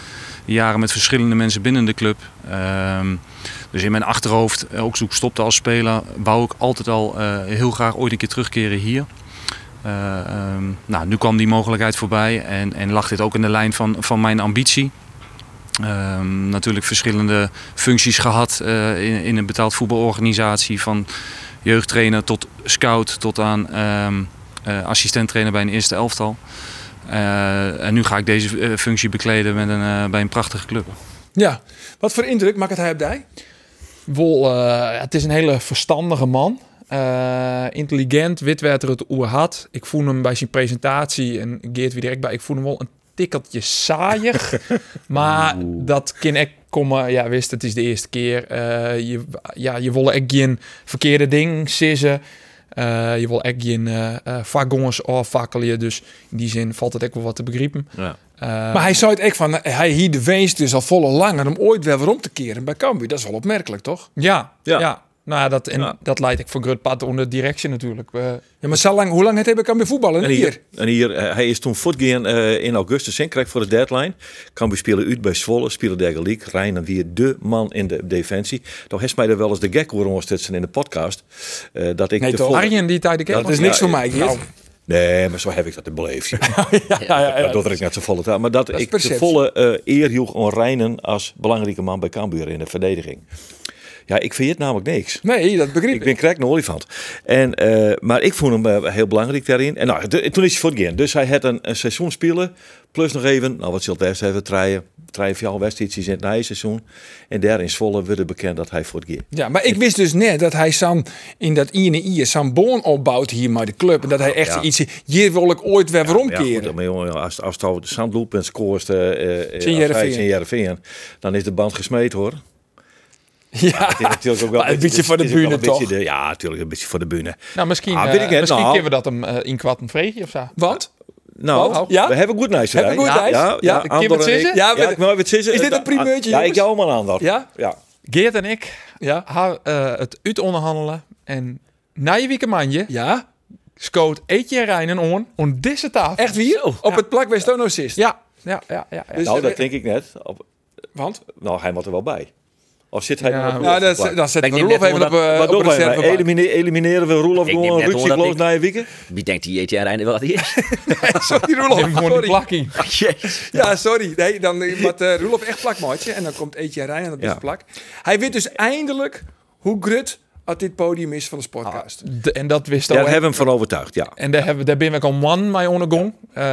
[SPEAKER 9] jaren met verschillende mensen binnen de club. Ehm, dus in mijn achterhoofd, eh, ook toen ik stopte als speler, wou ik altijd al eh, heel graag ooit een keer terugkeren hier. Eh, ehm, nou, nu kwam die mogelijkheid voorbij en, en lag dit ook in de lijn van, van mijn ambitie. Ehm, natuurlijk verschillende functies gehad eh, in, in een betaald voetbalorganisatie. Van jeugdtrainer tot scout tot aan ehm eh assistenttrainer bij een eerste elftal. Eh, en nu ga ik deze eh, functie bekleden met een, eh, bij een prachtige club.
[SPEAKER 1] Ja. Wat voor indruk maakt het hij op die?
[SPEAKER 5] Wol, eh, het is een hele verstandige man. Eh, intelligent, wit werd er het oer had. Ik voel hem bij zijn presentatie en Geert wie direct bij. Ik voel hem wel een tikkeltje saaiig. maar dat kan ik komen. Ja, wist, het is de eerste keer. Eh, je, ja, je wil echt geen verkeerde ding sissen. Eh, je wil echt geen eh eh, vakjongens afvakkelen. Dus in die zin valt het echt wel wat te begrijpen.
[SPEAKER 6] Ja.
[SPEAKER 5] Eh,
[SPEAKER 1] Maar hij zou het echt van... Hij hier de wees dus al volle langer om ooit weer weer om te keren bij Cambuur. Dat is wel opmerkelijk, toch?
[SPEAKER 5] ja, ja.
[SPEAKER 6] Ja.
[SPEAKER 5] Nou, ja, dat, en
[SPEAKER 6] Ja.
[SPEAKER 5] dat leidt ik voor Grutpad onder directie natuurlijk. We-
[SPEAKER 1] Ja, maar zo lang, hoe lang heeft hij bij Cambuur voetballen?
[SPEAKER 6] En hier, en hier eh, hij is toen voortgegaan eh, in augustus in, kreeg voor de deadline. Cambuur spelen uit bij Zwolle, spelen derde league. Rijn en weer de man in de defensie. Toch heeft mij er wel eens de gek horen ondersteunen in de podcast. eh, dat ik
[SPEAKER 1] Nee,
[SPEAKER 6] de
[SPEAKER 1] toch?
[SPEAKER 6] vol-
[SPEAKER 5] Arjen die tijd ik
[SPEAKER 6] Dat
[SPEAKER 1] Dat is
[SPEAKER 6] Ja,
[SPEAKER 1] niks voor
[SPEAKER 6] ja,
[SPEAKER 1] mij. Geert.
[SPEAKER 5] nou,
[SPEAKER 6] Nee, maar zo heb ik dat beleefd.
[SPEAKER 1] ja, ja, ja.
[SPEAKER 6] Dat doe ik net zo volle taal. Maar dat,
[SPEAKER 1] is
[SPEAKER 6] ik de
[SPEAKER 1] perceptie.
[SPEAKER 6] volle eh eer joeg aan Rijnen als belangrijke man bij Cambuur in de verdediging. Ja, ik vind het namelijk niks.
[SPEAKER 1] Nee, dat begreep
[SPEAKER 6] Ik
[SPEAKER 1] ik.
[SPEAKER 6] ben krek een olifant. En, eh, maar ik vond hem eh, heel belangrijk daarin. En nou, de- toen is hij voortgegaan. Dus hij had een, een seizoen spelen. Plus nog even, nou wat zult West hebben, treien. Treien voor West iets in het nieuwe seizoen. En daar in Zwolle werd bekend dat hij voortgegaan.
[SPEAKER 1] Ja, maar ik wist dus net dat hij San in dat INI San Boon opbouwt hier maar de club. En dat hij echt
[SPEAKER 6] Ja.
[SPEAKER 1] iets... Hier wil ik ooit weer weer
[SPEAKER 6] Ja, goed,
[SPEAKER 1] omkeren.
[SPEAKER 6] maar jongen, als, als het over de zandloop en scoort eh eh, als
[SPEAKER 1] Sinjerveen.
[SPEAKER 6] hij Sinjerveen, dan is de band gesmeed hoor.
[SPEAKER 1] Ja,
[SPEAKER 6] Het is natuurlijk ook wel
[SPEAKER 1] Maar een beetje
[SPEAKER 6] het is-
[SPEAKER 1] voor de
[SPEAKER 6] het is ook wel
[SPEAKER 1] bühne,
[SPEAKER 6] een beetje
[SPEAKER 1] toch?
[SPEAKER 6] de- ja, natuurlijk een beetje voor de bühne.
[SPEAKER 5] Nou, misschien,
[SPEAKER 6] Ah,
[SPEAKER 5] eh,
[SPEAKER 6] weet ik het,
[SPEAKER 5] misschien
[SPEAKER 6] nou.
[SPEAKER 5] kunnen we dat hem eh, in kwart een vreetje of zo.
[SPEAKER 1] want?
[SPEAKER 6] Nou,
[SPEAKER 1] Wat? Ja?
[SPEAKER 6] we hebben goed nice
[SPEAKER 1] Hebben we
[SPEAKER 6] ja,
[SPEAKER 1] goodnice?
[SPEAKER 6] ja,
[SPEAKER 1] Ja,
[SPEAKER 6] ja,
[SPEAKER 1] ik
[SPEAKER 5] heb
[SPEAKER 6] Andor
[SPEAKER 5] het
[SPEAKER 6] en ik-
[SPEAKER 5] zitten.
[SPEAKER 1] Ja,
[SPEAKER 6] Ja,
[SPEAKER 1] maar-
[SPEAKER 6] ik wou even zitten.
[SPEAKER 1] Is dit een primeurtje,
[SPEAKER 6] Ja, ik
[SPEAKER 1] jongens?
[SPEAKER 6] jou hem aan Andor.
[SPEAKER 1] Ja?
[SPEAKER 6] ja. Nou,
[SPEAKER 5] Geert en ik
[SPEAKER 1] Ja?
[SPEAKER 5] gaan het uit onderhandelen. En na je weekendmanje
[SPEAKER 1] Ja?
[SPEAKER 5] scoot Eetje Rijnen on, on deze tafel.
[SPEAKER 1] Echt wie? Op het plak bij Stonocist.
[SPEAKER 5] Ja, ja, ja. ja, ja.
[SPEAKER 1] Dus-
[SPEAKER 6] Nou, dat denk ik net. Op-
[SPEAKER 1] Want?
[SPEAKER 6] Nou, hij moet er wel bij. Of zit hij
[SPEAKER 5] Ja,
[SPEAKER 6] nog op de
[SPEAKER 1] Nou, dat,
[SPEAKER 6] plak?
[SPEAKER 1] dan zetten we
[SPEAKER 4] Ik neem
[SPEAKER 1] Roelof
[SPEAKER 4] net
[SPEAKER 1] even op,
[SPEAKER 4] omdat-
[SPEAKER 1] eh,
[SPEAKER 6] Wat
[SPEAKER 1] op
[SPEAKER 6] doen
[SPEAKER 1] de
[SPEAKER 6] wij?
[SPEAKER 1] reserve.
[SPEAKER 6] Wij elimine- elimineren we Roelof
[SPEAKER 4] Ik neem
[SPEAKER 6] gewoon
[SPEAKER 4] net
[SPEAKER 6] Rutsi
[SPEAKER 4] omdat
[SPEAKER 6] Kloos
[SPEAKER 4] ik-
[SPEAKER 6] na je wieken?
[SPEAKER 4] Wie denkt die E JTR Rijnen wel dat hij is?
[SPEAKER 1] Sorry,
[SPEAKER 5] Neem
[SPEAKER 1] Roelof.
[SPEAKER 5] gewoon een
[SPEAKER 1] Sorry.
[SPEAKER 5] plakkie.
[SPEAKER 4] Jezus.
[SPEAKER 1] Ja, sorry. Nee, dan wat eh Roelof echt plakmaatje. En dan komt Eetje Rijn en dat is
[SPEAKER 6] Ja.
[SPEAKER 1] het plak. Hij weet dus eindelijk hoe grut dat dit podium is van de podcast.
[SPEAKER 5] Ah, De- En dat wist
[SPEAKER 6] Daar
[SPEAKER 5] al.
[SPEAKER 6] hebben we hem van overtuigd, ja.
[SPEAKER 5] En daar, hebben, daar ben ik al man mee ondergong. Eh,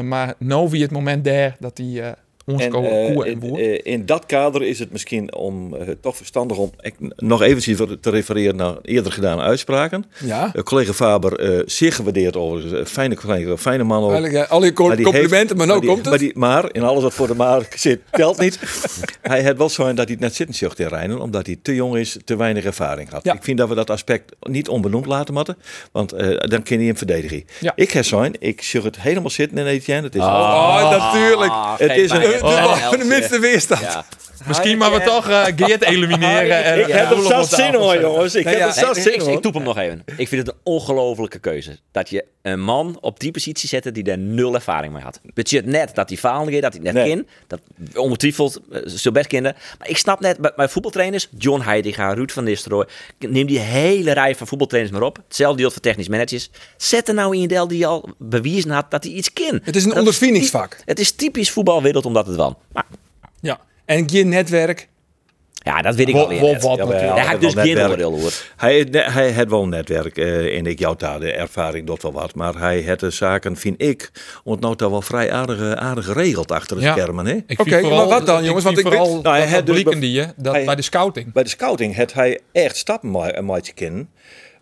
[SPEAKER 5] maar nou wie het moment daar dat hij eh ons
[SPEAKER 6] En,
[SPEAKER 5] komen
[SPEAKER 6] eh,
[SPEAKER 5] koe en
[SPEAKER 6] in,
[SPEAKER 5] boer.
[SPEAKER 6] eh, in dat kader is het misschien om, eh, toch verstandig om ik- nog even te refereren naar eerder gedane uitspraken.
[SPEAKER 1] Ja.
[SPEAKER 6] Eh, collega Faber, eh, zeer gewaardeerd overigens. Eh, fijne collega, fijne man ook.
[SPEAKER 1] Eigenlijk, eh, al je co-
[SPEAKER 6] oh. Maar die
[SPEAKER 1] complimenten, maar
[SPEAKER 6] heeft-
[SPEAKER 1] nou
[SPEAKER 6] die-
[SPEAKER 1] komt het.
[SPEAKER 6] Maar, die, maar in alles wat voor de maar zit, telt niet. hij had wel zo dat hij het net zitten zocht in Rijnen, omdat hij te jong is, te weinig ervaring had.
[SPEAKER 1] Ja.
[SPEAKER 6] Ik vind dat we dat aspect niet onbenoemd laten matten, want eh, dan ken je hem verdedigen.
[SPEAKER 5] Ja.
[SPEAKER 6] Ik heb zo'n, ik zag het helemaal zitten in Etienne. Het is ah,
[SPEAKER 4] Ah,
[SPEAKER 1] Oh, Ah, natuurlijk.
[SPEAKER 6] Het is een-
[SPEAKER 1] De, de, de minste weerstand.
[SPEAKER 4] Ja.
[SPEAKER 5] Misschien maar we toch eh Geert elimineren. en,
[SPEAKER 4] Ik
[SPEAKER 5] eh,
[SPEAKER 4] heb er
[SPEAKER 5] Roelof
[SPEAKER 6] zat
[SPEAKER 5] op de
[SPEAKER 6] zin
[SPEAKER 5] tafel
[SPEAKER 6] hoor,
[SPEAKER 5] zetten.
[SPEAKER 6] jongens. Ik
[SPEAKER 5] Nee,
[SPEAKER 6] heb
[SPEAKER 5] ja,
[SPEAKER 6] er zat
[SPEAKER 4] ik,
[SPEAKER 6] zin
[SPEAKER 4] ik,
[SPEAKER 6] hoor.
[SPEAKER 4] ik toep hem nog even. Ik vind het een ongelofelijke keuze. Dat je een man op die positie zette die daar nul ervaring mee had. Weet je het net dat hij faalde, dat hij net
[SPEAKER 6] Nee.
[SPEAKER 4] kin. Dat ongetwijfeld, eh, zo best kinderen. Maar ik snap net, bij, bij voetbaltrainers, John Heidegger, Ruud van Nistelrooy. Neem die hele rij van voetbaltrainers maar op. Hetzelfde deelt voor technisch managers. Zet er nou in je del die al bewezen had dat hij iets kin.
[SPEAKER 1] Het is een
[SPEAKER 4] Dat-
[SPEAKER 1] ondervindingsvak.
[SPEAKER 4] Het is typisch voetbalwereld omdat het wel. Maar
[SPEAKER 1] Ja. En je netwerk.
[SPEAKER 4] ja, dat weet ik
[SPEAKER 5] Wo-
[SPEAKER 4] alweer.
[SPEAKER 5] wo-
[SPEAKER 4] net.
[SPEAKER 5] wat
[SPEAKER 6] Jawel.
[SPEAKER 5] natuurlijk.
[SPEAKER 4] Daar ga ik dus
[SPEAKER 6] Wel
[SPEAKER 4] geen
[SPEAKER 6] netwerk.
[SPEAKER 4] oordeel hoor.
[SPEAKER 6] Hij, het ne- hij had wel een netwerk eh, en ik jouw daar de ervaring dat wel wat. Maar hij had de zaken, vind ik, ontnoot daar wel vrij aardig, eh, aardig geregeld achter de
[SPEAKER 5] Ja.
[SPEAKER 6] schermen. Hè?
[SPEAKER 5] Ik
[SPEAKER 1] Oké,
[SPEAKER 5] vind vooral-
[SPEAKER 1] maar wat dan, jongens?
[SPEAKER 5] Ik
[SPEAKER 1] Want
[SPEAKER 5] vind
[SPEAKER 1] ik weet-
[SPEAKER 5] vooral
[SPEAKER 6] Nou, hij
[SPEAKER 5] dat
[SPEAKER 6] had dus
[SPEAKER 5] blikken
[SPEAKER 6] be-
[SPEAKER 5] die je dat
[SPEAKER 6] hij-
[SPEAKER 5] bij de scouting.
[SPEAKER 6] Bij de scouting had hij echt stappen ma- maaitje kennen.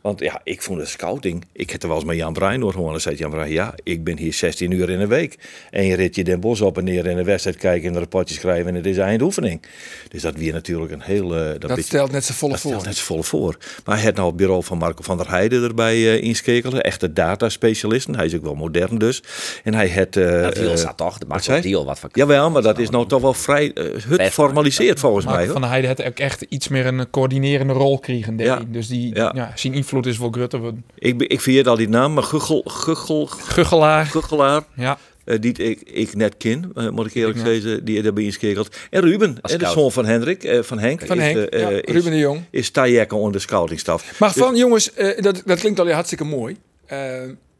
[SPEAKER 6] Want ja, ik vond de scouting. Ik heb er wel eens met Jan Bruin door gehoord. Dan zei Jan Bruin, ja, ik ben hier 16 uur in een week. En je rit je Den Bos op en neer in de wedstrijd kijken en een rapportje schrijven. En het is eindoefening. Dus dat weer natuurlijk een heel... eh, dat
[SPEAKER 1] Dat
[SPEAKER 6] beetje-
[SPEAKER 1] stelt net z'n volle
[SPEAKER 6] dat stelt
[SPEAKER 1] voor.
[SPEAKER 6] net zo vol voor. Maar hij had nou het bureau van Marco van der Heijden erbij eh inskekelen. Echte dataspecialisten. Hij is ook wel modern dus. En hij had... eh,
[SPEAKER 4] Dat deal
[SPEAKER 6] eh,
[SPEAKER 4] staat toch. Dat maakt
[SPEAKER 6] zei
[SPEAKER 4] wel
[SPEAKER 6] je?
[SPEAKER 4] deal wat van
[SPEAKER 6] Jawel, maar dat is nou toch wel vrij eh, hut
[SPEAKER 4] Best-
[SPEAKER 6] formaliseerd volgens mij.
[SPEAKER 5] Maar
[SPEAKER 6] hoor.
[SPEAKER 5] Van der Heijden had ook echt iets meer een coördinerende rol kregen. denk
[SPEAKER 6] Ja.
[SPEAKER 5] ik. Dus die,
[SPEAKER 6] Ja.
[SPEAKER 5] ja. zijn invloed is voor Grutte.
[SPEAKER 6] Ik, be- ik vergeet al die naam, maar Guggel, Guggel,
[SPEAKER 5] Guggelaar.
[SPEAKER 6] Guggelaar,
[SPEAKER 5] Ja.
[SPEAKER 6] eh, die ik, ik net ken, eh, moet ik eerlijk
[SPEAKER 5] Ik
[SPEAKER 6] zeggen, die hebben ingeschakeld. En Ruben,
[SPEAKER 4] Als
[SPEAKER 6] eh, de
[SPEAKER 4] scout.
[SPEAKER 6] zoon van Hendrik, eh, van Henk,
[SPEAKER 1] Van
[SPEAKER 6] is,
[SPEAKER 1] Henk,
[SPEAKER 6] eh,
[SPEAKER 1] ja,
[SPEAKER 6] eh, is,
[SPEAKER 1] Ruben de Jong.
[SPEAKER 6] is tajekken onder de scoutingstaf. Dus
[SPEAKER 1] Maar van jongens, eh, dat, dat klinkt alweer hartstikke mooi. Eh,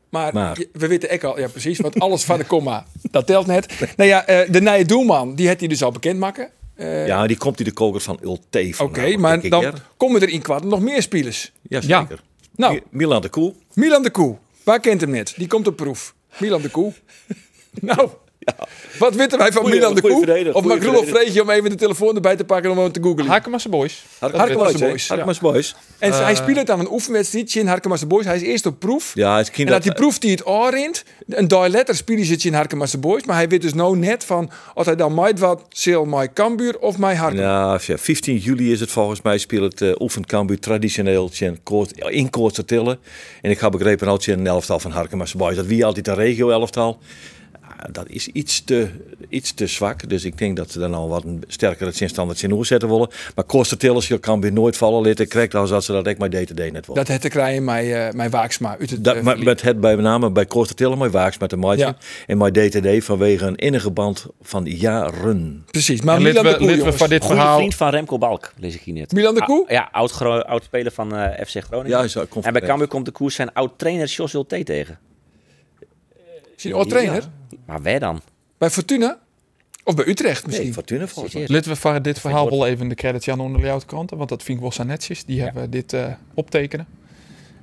[SPEAKER 1] maar,
[SPEAKER 6] Maar.
[SPEAKER 1] je- we weten echt al, ja precies, want alles van de comma, dat telt net. Nou ja, eh, de Nije Doelman, die had hij dus al bekend maken. Eh,
[SPEAKER 6] ja, die komt die de koker van Ulte
[SPEAKER 1] Oké, maar dan komen er in kwart nog meer spelers.
[SPEAKER 6] Ja, zeker.
[SPEAKER 1] Nou,
[SPEAKER 6] Mi- Milan de Koel.
[SPEAKER 1] Milan de Koe, waar kent hem net? Die komt op proef. Milan de Koe. nou, wat weten wij van
[SPEAKER 6] Goeie-
[SPEAKER 1] Milan de
[SPEAKER 6] goeie
[SPEAKER 1] Koe?
[SPEAKER 6] verdediger,
[SPEAKER 1] Of
[SPEAKER 6] goeie
[SPEAKER 1] maakt Roelof
[SPEAKER 6] verdediger.
[SPEAKER 1] Vreetje om even de telefoon erbij te pakken om hem te googlen.
[SPEAKER 5] Hakemasse Boys.
[SPEAKER 1] Harkema's
[SPEAKER 6] Boys, hè?
[SPEAKER 1] Boys, ja.
[SPEAKER 6] Harkema's Boys.
[SPEAKER 1] en hij speelt dan een oefenwedstrijd in Harkemasse Boys. Hij is eerst op proef.
[SPEAKER 6] Eh, Ja, het is kind
[SPEAKER 1] En dat die proef die het oorint, een dag letter spelen ze het in Harkemasse Boys, maar hij weet dus nou net van of hij dan mij wat zil mij Kambuur of mij Harkema.
[SPEAKER 6] Ja, ja, 15 juli is het volgens mij. Speelt het eh, oefent Cambuur traditioneel tjen Koort- in Koort te tillen. En ik heb begrepen dat je een elftal van Harkema's Boys. Dat wie altijd een regio-elftal. Ah, Dat is iets te, iets te zwak. Dus ik denk dat ze dan al wat een sterkere zinstandaard in zetten willen. Maar Koort te tillen kan Cambuur nooit vallen litten. Krijgt als dat ze dat ik maar day-to-day net wel.
[SPEAKER 1] Dat het te krijgen mijn, eh, mijn Waaksma uit het,
[SPEAKER 6] Dat,
[SPEAKER 1] eh,
[SPEAKER 6] maar
[SPEAKER 1] verlies.
[SPEAKER 6] met het bij name bij Koos de Tillen, mooi waaks met de maatje.
[SPEAKER 1] Ja.
[SPEAKER 6] En mijn DTD vanwege een innige band van jaren.
[SPEAKER 1] Precies, maar
[SPEAKER 5] En
[SPEAKER 1] Milan de
[SPEAKER 5] Lid
[SPEAKER 1] Koe,
[SPEAKER 5] we- lid we
[SPEAKER 1] jongens.
[SPEAKER 5] van dit
[SPEAKER 4] Goede
[SPEAKER 5] verhaal.
[SPEAKER 4] vriend van Remco Balk, lees ik hier net.
[SPEAKER 1] Milan de Koe?
[SPEAKER 4] Ah, ja, oud, gro- oud speler van eh, FC Groningen.
[SPEAKER 6] Ja, is dat- komt
[SPEAKER 4] en bij
[SPEAKER 6] terecht.
[SPEAKER 4] Cambuur komt de koers zijn oud trainer Jos Ulte tegen.
[SPEAKER 1] Is hij een oud-trainer?
[SPEAKER 4] Maar wij dan?
[SPEAKER 1] Bij Fortuna? Of bij Utrecht
[SPEAKER 6] Nee,
[SPEAKER 1] misschien?
[SPEAKER 6] Fortuna volgens mij.
[SPEAKER 5] Laten we voor dit verhaal wel even de credits aan onder jou kranten, want dat vind ik wel zo netjes. Die hebben dit eh, optekenen.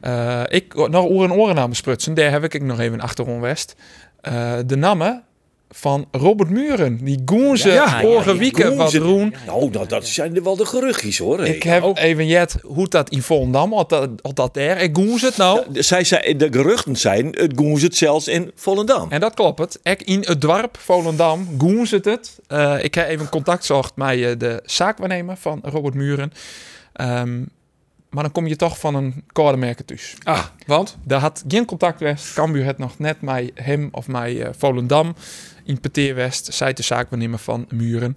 [SPEAKER 5] Eh, ik, nou, oren en oren aan besprutsen, daar heb ik nog even achterom West. Eh, de namen van Robert Muren, die Goenze
[SPEAKER 4] Ja, ja,
[SPEAKER 5] vorige
[SPEAKER 4] ja,
[SPEAKER 5] weekend wat
[SPEAKER 6] Goenze.
[SPEAKER 5] Roen.
[SPEAKER 6] Nou, nou, dat zijn er wel de geruchtjes hoor.
[SPEAKER 5] Ik heb even jet hoe dat in Volendam, had dat, had dat er, ik Goenze het nou.
[SPEAKER 6] Zij zei, de geruchten zijn, het goen ze het zelfs in Volendam.
[SPEAKER 5] En dat klopt het. Ek in het dorp Volendam, Goens het het. Eh, ik heb even contact zocht met eh, de zaakwaarnemer van Robert Muren. Ehm, maar dan kom je toch van een koordemerker thuis.
[SPEAKER 1] Ah, want?
[SPEAKER 5] Daar had geen contact West. Cambuur het nog net met hem of met eh, Volendam in Peteer West. Zij de zaakwaarnemer van Muren.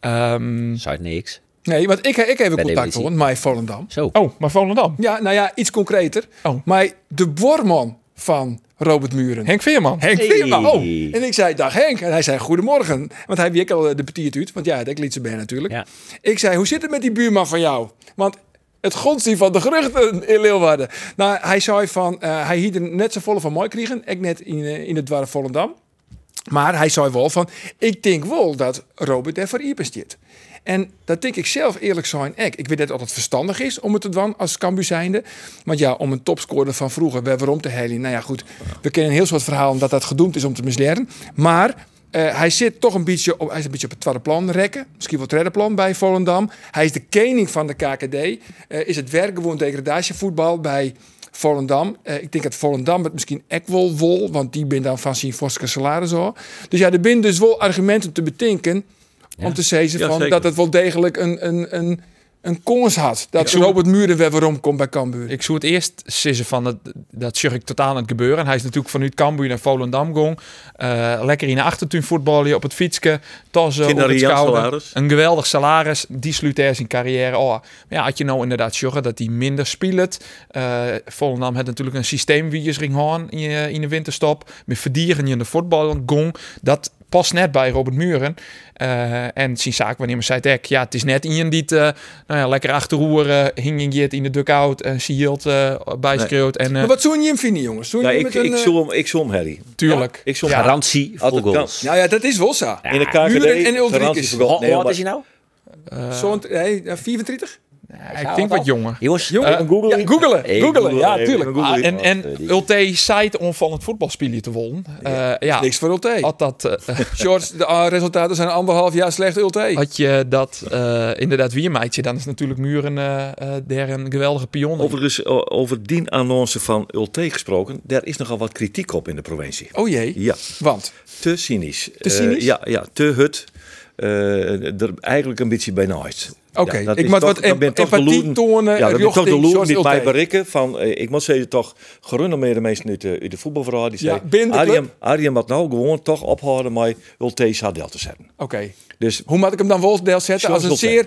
[SPEAKER 5] Ehm,
[SPEAKER 4] Zuid niks.
[SPEAKER 1] Nee, want ik, ik heb
[SPEAKER 4] Bij
[SPEAKER 1] contact
[SPEAKER 4] Eredivisie.
[SPEAKER 1] hoor, mij Volendam.
[SPEAKER 4] Zo.
[SPEAKER 5] oh, maar Volendam.
[SPEAKER 1] Ja, nou ja, iets concreter.
[SPEAKER 5] Oh.
[SPEAKER 1] Maar de borman van Robert Muren.
[SPEAKER 5] Henk Veerman.
[SPEAKER 1] Henk
[SPEAKER 4] Hey.
[SPEAKER 1] Veerman. Oh. En ik zei, dag Henk. En hij zei, goedemorgen. Want hij wierk al eh, de petit uit. Want ja, ik liet ze bij natuurlijk.
[SPEAKER 4] Ja.
[SPEAKER 1] Ik zei, hoe zit het met die buurman van jou? Want het gonst hier van de geruchten in Leeuwarden. Nou, hij zei van, eh, hij hield er net zo volle van mooi kregen. Ik net in, eh, in het dwarf Volendam. Maar hij zei wel van, ik denk wel dat Robert er voor Iepen zit. En dat denk ik zelf eerlijk zijn. Ik, ik weet net dat het verstandig is om het te doen als Cambu zijnde. Want ja, om een topscorer van vroeger, waar- waarom te helen? Nou ja, goed. We kennen een heel soort verhaal dat dat gedoemd is om te misleren. Maar eh, hij zit toch een beetje op, hij is een beetje op het tweede plan rekken. Misschien wel het derde plan bij Volendam. Hij is de koning van de KKD. Eh, is het werkgewoon degradatievoetbal bij Volendam. Eh, ik denk dat Volendam het misschien echt wel wol, want die ben dan van zijn forse salaris hoor. Dus ja, er zijn dus wel argumenten te betinken om te zeggen
[SPEAKER 6] Ja,
[SPEAKER 1] van
[SPEAKER 6] zeker.
[SPEAKER 1] dat het wel degelijk een, een, een een kans had. Dat
[SPEAKER 5] Ik zoek-
[SPEAKER 1] Robert Muren weer weer omkomt bij Cambuur.
[SPEAKER 5] Ik zou het eerst sissen van dat, dat zag ik totaal aan het gebeuren. Hij is natuurlijk vanuit Cambuur naar Volendam gong. Eh, lekker in de achtertuin voetballen, op het fietsje, tassen, op het
[SPEAKER 6] Kinderen, Jan
[SPEAKER 5] schouder.
[SPEAKER 6] salaris.
[SPEAKER 5] Een geweldig salaris, die sluit er zijn carrière af. Maar ja, had je nou inderdaad zorgen dat hij minder speelt. Eh Volendam had natuurlijk een systeemwijziging gehad in, je- in de winterstop. Met verdieren in de voetbal gong. Dat past net bij Robert Muren. Eh, en zijn zaak wanneer zei het ja, het is net iemand die het, eh, nou ja, lekker achterroeren, hing in Jit in de dugout en ze hield eh bijschreeuwt. En eh,
[SPEAKER 1] maar wat zou je hem vinden, jongens? Zou je
[SPEAKER 6] Ja,
[SPEAKER 1] hem
[SPEAKER 6] Nou, ik,
[SPEAKER 1] met een,
[SPEAKER 6] ik,
[SPEAKER 1] eh,
[SPEAKER 6] zoel hem, ik zoel hem, Harry.
[SPEAKER 5] tuurlijk.
[SPEAKER 6] Ik zoel hem.
[SPEAKER 4] Garantie voor
[SPEAKER 6] Altijd
[SPEAKER 4] goals.
[SPEAKER 6] kan.
[SPEAKER 1] Nou ja, dat is wel zo.
[SPEAKER 6] in de
[SPEAKER 1] Muren
[SPEAKER 6] KKD.
[SPEAKER 1] en Ulrikes.
[SPEAKER 6] garantie voor goal.
[SPEAKER 4] Ho-
[SPEAKER 6] Nee,
[SPEAKER 4] hoe oud
[SPEAKER 6] maar-
[SPEAKER 4] is hij nou?
[SPEAKER 1] Zo'n, hey, eh, 34?
[SPEAKER 5] Ja, ik denk wat jonger.
[SPEAKER 4] Jongens,
[SPEAKER 5] Jongen,
[SPEAKER 4] eh,
[SPEAKER 5] Google.
[SPEAKER 1] Ja, googelen.
[SPEAKER 4] Hey,
[SPEAKER 1] googelen.
[SPEAKER 4] Google,
[SPEAKER 1] Ja,
[SPEAKER 6] hey,
[SPEAKER 1] tuurlijk.
[SPEAKER 6] Google
[SPEAKER 5] Ah, en
[SPEAKER 4] wat,
[SPEAKER 5] en
[SPEAKER 4] eh, die-
[SPEAKER 5] Ulte zei het onvallend voetbalspelen te wonnen. Eh, ja,
[SPEAKER 1] Niks voor Ulte.
[SPEAKER 5] had dat... eh,
[SPEAKER 1] George, de eh, resultaten zijn anderhalf jaar slecht Ulte.
[SPEAKER 5] Had je dat eh, inderdaad weer meidje, dan is natuurlijk Muren eh, eh, der een geweldige pion. in.
[SPEAKER 6] Overigens, o- over die annonce van Ulte gesproken, daar is nogal wat kritiek op in de provincie.
[SPEAKER 1] Oh jee.
[SPEAKER 6] Ja,
[SPEAKER 1] Want?
[SPEAKER 6] te cynisch.
[SPEAKER 1] Te cynisch?
[SPEAKER 6] Eh, ja, ja, te hut. Eh, er eigenlijk een beetje bij nooit.
[SPEAKER 1] Oké,
[SPEAKER 6] Ja, dat
[SPEAKER 1] ik
[SPEAKER 6] is
[SPEAKER 1] moet
[SPEAKER 6] toch-
[SPEAKER 1] wat e-
[SPEAKER 6] dat ben toch
[SPEAKER 1] empathie
[SPEAKER 6] de loen-
[SPEAKER 1] tonen,
[SPEAKER 6] Ja, dat ben toch de
[SPEAKER 1] richting
[SPEAKER 6] loer
[SPEAKER 1] George
[SPEAKER 6] niet mij
[SPEAKER 1] Ulte.
[SPEAKER 6] berikken. Van, eh, ik moet zeggen, toch gerenommeerde mensen uit de, uit de voetbalverhaal. Die
[SPEAKER 1] Ja,
[SPEAKER 6] zeggen,
[SPEAKER 1] binnen de club.
[SPEAKER 6] Arjen, Arjen moet nou gewoon toch ophouden met Ulte Sadel te zetten.
[SPEAKER 1] Oké.
[SPEAKER 6] Dus
[SPEAKER 1] Hoe moet ik hem dan wel deel zetten als een zeer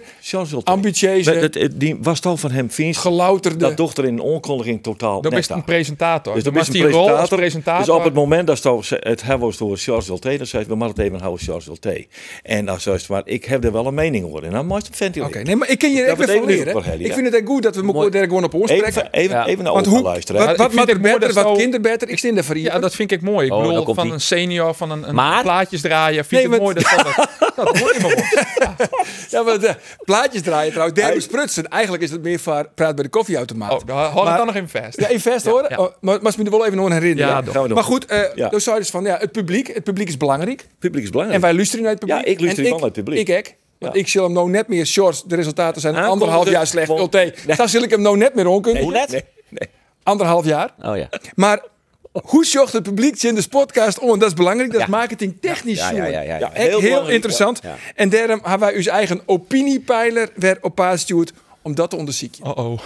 [SPEAKER 1] ambitieuze,
[SPEAKER 6] Maar dat- het- die was al van hem Fins.
[SPEAKER 1] gelouterde...
[SPEAKER 6] Dat dochter in een onkondiging totaal
[SPEAKER 5] Dat
[SPEAKER 6] net
[SPEAKER 5] is een
[SPEAKER 6] daar.
[SPEAKER 5] presentator.
[SPEAKER 6] Dus
[SPEAKER 5] Dan
[SPEAKER 6] dat is
[SPEAKER 5] was
[SPEAKER 6] een
[SPEAKER 5] die rol als
[SPEAKER 6] presentator.
[SPEAKER 5] presentator.
[SPEAKER 6] Dus op het moment dat ze het hebben door Charles Wilté, dan zei ze, we moeten het even houden Charles Wilté. En dan zei ze, maar ik heb er wel een mening over. En dan moet je het ventileren.
[SPEAKER 1] Oké, nee, maar ik ken je
[SPEAKER 6] Dat
[SPEAKER 1] echt weer van
[SPEAKER 6] betekent dus
[SPEAKER 1] leren.
[SPEAKER 6] ook wel, Helly,
[SPEAKER 1] Ik
[SPEAKER 6] ja.
[SPEAKER 1] vind het echt goed dat we elkaar
[SPEAKER 6] Mooi.
[SPEAKER 1] daar gewoon op
[SPEAKER 6] Even,
[SPEAKER 1] oorspreken.
[SPEAKER 6] even, even naar
[SPEAKER 1] Want
[SPEAKER 6] ogen
[SPEAKER 1] hoe,
[SPEAKER 6] luisteren. hè.
[SPEAKER 1] wat,
[SPEAKER 5] Ik
[SPEAKER 1] wat
[SPEAKER 5] vind
[SPEAKER 1] maakt
[SPEAKER 5] het
[SPEAKER 1] er
[SPEAKER 5] mooi
[SPEAKER 1] better,
[SPEAKER 5] dat
[SPEAKER 1] wat
[SPEAKER 5] zo-
[SPEAKER 1] kinder beter? Ik zit er voor hier.
[SPEAKER 5] ja, dat vind ik mooi. Ik
[SPEAKER 4] Oh,
[SPEAKER 5] bedoel,
[SPEAKER 4] daar komt
[SPEAKER 5] van
[SPEAKER 4] ie.
[SPEAKER 5] een senior, van een, een
[SPEAKER 4] Maar-
[SPEAKER 5] plaatjes draaien. Vind
[SPEAKER 1] Nee,
[SPEAKER 5] ik het
[SPEAKER 1] maar-
[SPEAKER 5] mooi dat dat... dat hoor je maar op.
[SPEAKER 1] Ja, maar de plaatjes draaien trouwens. Derby sprutsen. Eigenlijk is het meer voor praat bij de koffieautomaat.
[SPEAKER 5] Oh, daar hou
[SPEAKER 1] Maar-
[SPEAKER 5] het dan nog in vast.
[SPEAKER 1] Ja, invest
[SPEAKER 5] Ja,
[SPEAKER 1] hoor.
[SPEAKER 5] ja.
[SPEAKER 1] Oh, maar maar ze me er wel even aan herinneren.
[SPEAKER 5] Ja,
[SPEAKER 1] hè?
[SPEAKER 6] gaan we doen.
[SPEAKER 1] maar goed, eh
[SPEAKER 6] Ja.
[SPEAKER 1] dan zei je dus van ja, het publiek. Het publiek is belangrijk.
[SPEAKER 6] Het publiek is
[SPEAKER 1] En
[SPEAKER 6] belangrijk.
[SPEAKER 1] wij luisteren naar het publiek.
[SPEAKER 6] Ja, ik luister
[SPEAKER 1] En
[SPEAKER 6] wel naar het publiek.
[SPEAKER 1] Ik ook. Want
[SPEAKER 6] Ja.
[SPEAKER 1] ik zal hem nou net meer shorts. De resultaten zijn
[SPEAKER 6] Aankomende-
[SPEAKER 1] anderhalf jaar slecht.
[SPEAKER 6] Vol-
[SPEAKER 1] Ulte. Dan zal ik hem nou net meer onkunnen.
[SPEAKER 4] hoe net?
[SPEAKER 1] Anderhalf jaar.
[SPEAKER 4] Oh ja.
[SPEAKER 1] Maar hoe zocht het publiek in de podcast om? Dat is belangrijk. Dat is marketingtechnisch.
[SPEAKER 4] Ja, ja, ja, ja, ja.
[SPEAKER 6] Ja,
[SPEAKER 1] Echt heel,
[SPEAKER 6] belangrijk.
[SPEAKER 1] interessant.
[SPEAKER 4] Ja.
[SPEAKER 1] En daarom hebben wij ons eigen opiniepeiler weer op paas gestuurd om dat te onderzoeken.
[SPEAKER 5] Oh-oh.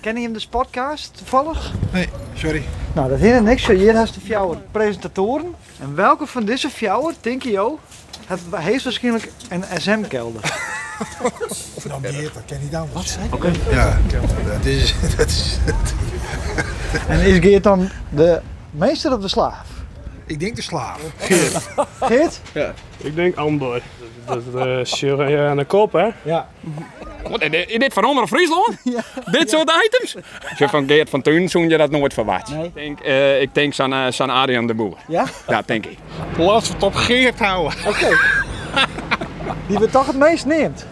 [SPEAKER 10] Kennen jullie de podcast toevallig?
[SPEAKER 11] Nee, sorry.
[SPEAKER 10] Nou, dat hindert niks. Zo, Hier heeft de vier presentatoren. En welke van deze vier, denk je, oh, het heeft waarschijnlijk een SM-kelder.
[SPEAKER 11] Of nou meer, dat ken ik niet anders. Wat zei Ja, dat is... Dat is
[SPEAKER 10] En is Geert dan de meester of de slaaf?
[SPEAKER 11] ik denk de slaaf.
[SPEAKER 10] Geert?
[SPEAKER 12] Ik denk Amber. Dat is uh, aan de kop, hè?
[SPEAKER 3] Wat, is dit van onder Friesland? Dit soort items? Zo van Geert van Tuin zoen je dat nooit verwacht. Ik denk, eh ik denk aan, eh, aan Adrian de Boer.
[SPEAKER 10] Ja?
[SPEAKER 3] Dat denk ik.
[SPEAKER 12] Laten we het op Geert houden.
[SPEAKER 10] Oké. Die we toch het meest neemt.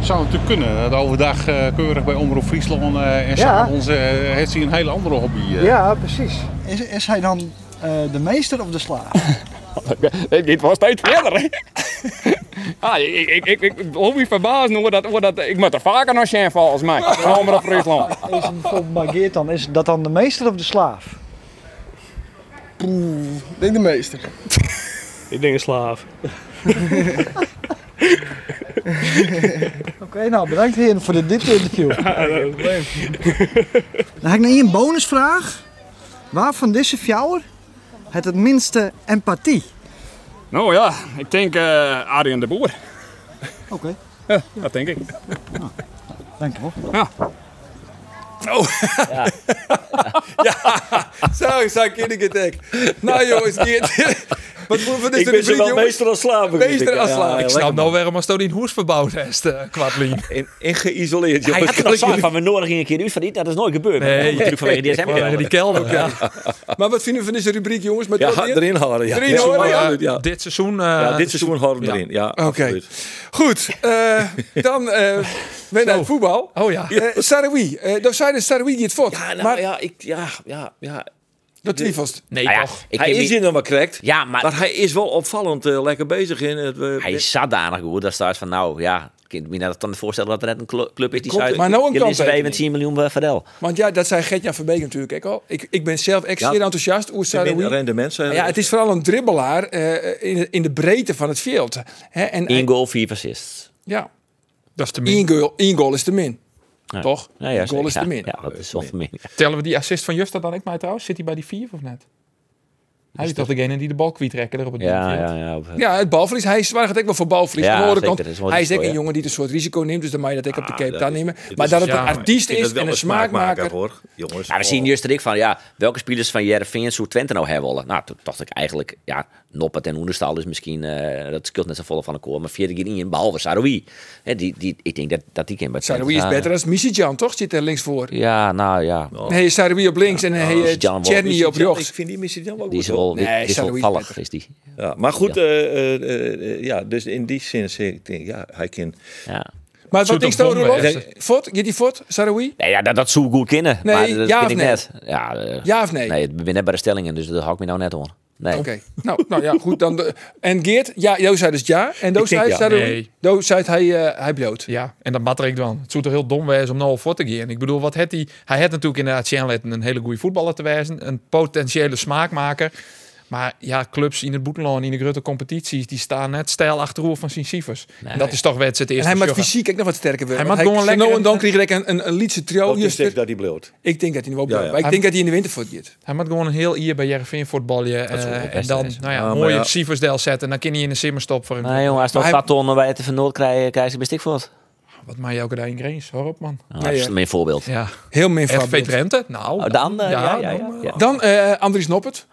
[SPEAKER 12] Zou natuurlijk kunnen. Dat overdag eh, keurig bij Omroep Friesland eh, en
[SPEAKER 10] Ja.
[SPEAKER 12] s'avonds eh, heeft hij een hele andere hobby. eh.
[SPEAKER 10] Ja, precies. Is, is hij dan eh, de meester of de slaaf?
[SPEAKER 3] Dit gaat wel steeds verder. hè? ah, ik, ik, ik, ik hoef me verbaasd hoe dat, hoe dat... Ik moet er vaker naar zijn volgens mij. Van onder Friesland.
[SPEAKER 10] Is hem bijvoorbeeld bij Geert dan, is dat dan de meester of de slaaf?
[SPEAKER 11] denk de meester.
[SPEAKER 12] Ik denk een slaaf.
[SPEAKER 10] Oké, nou bedankt heren voor dit, dit interview. Dan heb ik nog één bonusvraag. Waar van deze fjouwer het het minste empathie?
[SPEAKER 3] Nou ja, ik denk eh Adrian de Boer.
[SPEAKER 10] Oké,
[SPEAKER 3] Dat denk ik.
[SPEAKER 10] dankjewel.
[SPEAKER 1] Zo, zo ken ik het echt. Nou jongens, Geert. Wat voor wat is
[SPEAKER 6] ik
[SPEAKER 1] de
[SPEAKER 6] ben zo
[SPEAKER 1] rubriek,
[SPEAKER 6] wel
[SPEAKER 1] jongens?
[SPEAKER 6] meester als slaaf.
[SPEAKER 1] Meester als slaaf.
[SPEAKER 5] Ik snap nou waarom als Tony een hoes verbouwd heeft, eh Kwadlien.
[SPEAKER 6] En, en geïsoleerd.
[SPEAKER 4] Hij
[SPEAKER 6] jongens.
[SPEAKER 4] had er nog zang van mijn Noor ging een keer uit van die. Dat is nooit gebeurd.
[SPEAKER 5] Nee.
[SPEAKER 4] Nee. Natuurlijk vanwege die
[SPEAKER 5] Vanwege
[SPEAKER 4] SM.
[SPEAKER 5] die kelder. ja.
[SPEAKER 1] Maar wat vinden we van deze rubriek, jongens? Met
[SPEAKER 6] Ja,
[SPEAKER 1] wat
[SPEAKER 6] ga
[SPEAKER 1] hier?
[SPEAKER 6] erin houden. Ja.
[SPEAKER 1] Erin
[SPEAKER 6] Ja,
[SPEAKER 1] houden,
[SPEAKER 6] absoluut,
[SPEAKER 1] ja.
[SPEAKER 6] ja.
[SPEAKER 5] Dit seizoen... eh,
[SPEAKER 6] Ja, dit seizoen houden we
[SPEAKER 5] ja.
[SPEAKER 6] erin. Ja,
[SPEAKER 1] Oké.
[SPEAKER 6] absoluut.
[SPEAKER 1] Goed, eh, dan eh ben naar het voetbal.
[SPEAKER 5] Oh ja.
[SPEAKER 1] Eh Sarawi, eh, daar zijn de Sarawi die het vod.
[SPEAKER 6] Ja, nou,
[SPEAKER 1] maar
[SPEAKER 6] ja, ik, ja, ja, ja.
[SPEAKER 1] dat twijfelst.
[SPEAKER 5] Nee,
[SPEAKER 4] Nou ja,
[SPEAKER 5] toch.
[SPEAKER 4] ik
[SPEAKER 6] Hij
[SPEAKER 4] ken
[SPEAKER 6] is
[SPEAKER 4] die-
[SPEAKER 6] hier nog maar correct.
[SPEAKER 4] Ja, maar
[SPEAKER 6] Maar hij is wel opvallend eh, lekker bezig in het... eh,
[SPEAKER 4] Hij is zadanig goed. Dat staat van, nou ja, ik kan me dat dan voorstellen dat er net een clu- club is die
[SPEAKER 6] Klopt,
[SPEAKER 4] zei...
[SPEAKER 1] maar nou een
[SPEAKER 4] jullie
[SPEAKER 1] kanttekening.
[SPEAKER 4] schrijven 10 miljoen bij Verdel.
[SPEAKER 1] Want ja, dat zei Gert-Jan Verbeek natuurlijk ook al. Ik, ik ben zelf echt
[SPEAKER 6] Ja.
[SPEAKER 1] zeer enthousiast over
[SPEAKER 6] Min-
[SPEAKER 1] Sarawi.
[SPEAKER 6] rendement. zijn.
[SPEAKER 1] Ja, het is vooral een dribbelaar eh, in, in de breedte van het veld. Hè, en,
[SPEAKER 4] Eén goal, vier assists.
[SPEAKER 1] ja,
[SPEAKER 5] Dat is te
[SPEAKER 1] Eén goal, één goal is te min.
[SPEAKER 4] Ja.
[SPEAKER 1] Toch?
[SPEAKER 4] Ja, ja,
[SPEAKER 1] Een goal is
[SPEAKER 4] zeker.
[SPEAKER 1] te
[SPEAKER 4] Ja,
[SPEAKER 1] min.
[SPEAKER 4] ja, dat is wel te min. ja.
[SPEAKER 5] Tellen we die assist van Justa dan ik mij trouwens? Zit hij bij die vier of net? Hij is toch degene die de bal kwijtrekken er op het
[SPEAKER 4] Ja,
[SPEAKER 5] middenveld?
[SPEAKER 4] ja, ja. op-
[SPEAKER 1] Ja, het balverlies. Hij zwaagt ook wel voor balverlies.
[SPEAKER 4] Ja,
[SPEAKER 1] Aan de andere
[SPEAKER 4] zeker.
[SPEAKER 1] kant,
[SPEAKER 4] Dat is wel
[SPEAKER 1] hij is ook
[SPEAKER 4] risico,
[SPEAKER 1] een
[SPEAKER 4] ja.
[SPEAKER 1] jongen die een soort risico neemt. Dus dan mag je dat ook op de Cape
[SPEAKER 4] dat
[SPEAKER 1] Town
[SPEAKER 4] is-
[SPEAKER 1] nemen.
[SPEAKER 4] dit
[SPEAKER 1] Maar
[SPEAKER 4] is-
[SPEAKER 1] dat het
[SPEAKER 4] ja,
[SPEAKER 1] een
[SPEAKER 4] maar
[SPEAKER 6] ik
[SPEAKER 1] artiest
[SPEAKER 6] vind
[SPEAKER 1] is
[SPEAKER 6] dat wel
[SPEAKER 1] en een
[SPEAKER 6] een smaakmaker,
[SPEAKER 1] smaakmaker.
[SPEAKER 6] hoor, jongens. Oh.
[SPEAKER 4] Ja, Nou, we
[SPEAKER 1] Oh.
[SPEAKER 4] zien juist terug van, ja, welke spelers van Jervin zou Twente nou hebben willen? Nou, toen dacht ik eigenlijk, ja, Noppert en Oenestal is misschien, eh, dat scheelt net zo vol van de koor, maar vierde keer in, behalve Saroui. Hè, die, die, ik denk dat, dat die kind bij Twente
[SPEAKER 1] Saroui is
[SPEAKER 4] gaat.
[SPEAKER 1] beter dan Misicjan, toch? Zit er links voor.
[SPEAKER 4] Ja, nou ja.
[SPEAKER 1] Nee, Saroui op links en eh,
[SPEAKER 4] Misicjan
[SPEAKER 1] eh
[SPEAKER 4] wordt-
[SPEAKER 1] Tjerni op rechts.
[SPEAKER 6] Ik vind die missie dan wel
[SPEAKER 4] Die
[SPEAKER 6] goed.
[SPEAKER 4] is wel,
[SPEAKER 1] Nee,
[SPEAKER 4] die- die is wel
[SPEAKER 1] Saroui is
[SPEAKER 4] vallig,
[SPEAKER 1] beter.
[SPEAKER 4] is die.
[SPEAKER 6] Ja, maar goed, ja. ja, dus in die zin zeg ik, denk, ja, hij kan...
[SPEAKER 4] Ja.
[SPEAKER 1] Maar wat
[SPEAKER 5] Zoet
[SPEAKER 1] denk je,
[SPEAKER 5] op Bombay.
[SPEAKER 1] Roelof? Fort? Gaat die Fort, Saroui?
[SPEAKER 4] Nee, ja, dat, dat zou goed kunnen.
[SPEAKER 1] Nee,
[SPEAKER 4] maar dat
[SPEAKER 1] ja
[SPEAKER 4] vind
[SPEAKER 1] of
[SPEAKER 4] ik
[SPEAKER 1] nee?
[SPEAKER 4] net. Ja, eh,
[SPEAKER 1] Ja of nee?
[SPEAKER 4] nee, we zijn net bij de stellingen, dus dat hou ik me nou net hoor. Nee.
[SPEAKER 1] Oké. Nou, nou ja, goed. Dan de- en Geert, ja, Jo zei dus ja. En Do
[SPEAKER 6] Ik denk
[SPEAKER 1] zei
[SPEAKER 6] ja.
[SPEAKER 1] Saroui.
[SPEAKER 5] Nee.
[SPEAKER 1] Do zei hij, eh, hij bloot.
[SPEAKER 5] Ja, en dat matter ik dan. Het zou toch heel dom wezen om nou al voor te gaan. Ik bedoel, wat had hij? Hij had natuurlijk inderdaad Chandler een hele goede voetballer te wezen. Een potentiële smaakmaker. Maar ja, clubs in het boetenland, in de grote competities, die staan net stijl achterhoofd van Sint-Sivers. En dat is toch wedstrijd
[SPEAKER 1] En
[SPEAKER 5] eerste
[SPEAKER 1] hij maakt
[SPEAKER 5] sjoggen.
[SPEAKER 1] fysiek ook nog wat sterker weer.
[SPEAKER 5] Hij
[SPEAKER 1] Want
[SPEAKER 5] maakt gewoon
[SPEAKER 1] zo
[SPEAKER 5] lekker
[SPEAKER 1] nou en dan
[SPEAKER 5] een-
[SPEAKER 1] kreeg ik een, een, een liedse trio.
[SPEAKER 6] Ook niet
[SPEAKER 1] Juster.
[SPEAKER 6] zegt dat hij bloot.
[SPEAKER 1] Ik denk dat hij nu wel bloot.
[SPEAKER 6] Ja, ja.
[SPEAKER 1] Maar ik
[SPEAKER 5] Hij-
[SPEAKER 1] denk dat hij in de winter voortgeeft.
[SPEAKER 5] Hij maakt gewoon een heel ier bij Jereveen voetballen.
[SPEAKER 4] Dat is wel
[SPEAKER 5] eh en
[SPEAKER 4] best
[SPEAKER 5] dan,
[SPEAKER 4] wezen.
[SPEAKER 5] nou ja,
[SPEAKER 6] Ah, maar
[SPEAKER 5] mooie
[SPEAKER 6] ja.
[SPEAKER 5] Sieversdel zetten. En dan kan hij in de simmerstop voor een...
[SPEAKER 4] Nee jongen, als je
[SPEAKER 1] Maar
[SPEAKER 4] nog
[SPEAKER 1] hij-
[SPEAKER 4] 4 tonnen bij het van Noord krijgt, krijg je best ik voor het.
[SPEAKER 5] Wat maakt jou daar in Greens? Hoor op, man.
[SPEAKER 4] Nou,
[SPEAKER 1] Nee,
[SPEAKER 4] dat is
[SPEAKER 1] ja.
[SPEAKER 4] mijn voorbeeld.
[SPEAKER 5] Ja.
[SPEAKER 1] Heel min
[SPEAKER 5] FV
[SPEAKER 1] van.
[SPEAKER 5] Drenthe? Nou,
[SPEAKER 4] Oh, dan, eh, ja, ja, ja.
[SPEAKER 5] dan, eh,
[SPEAKER 4] ja.
[SPEAKER 1] Dan eh Andries Noppert.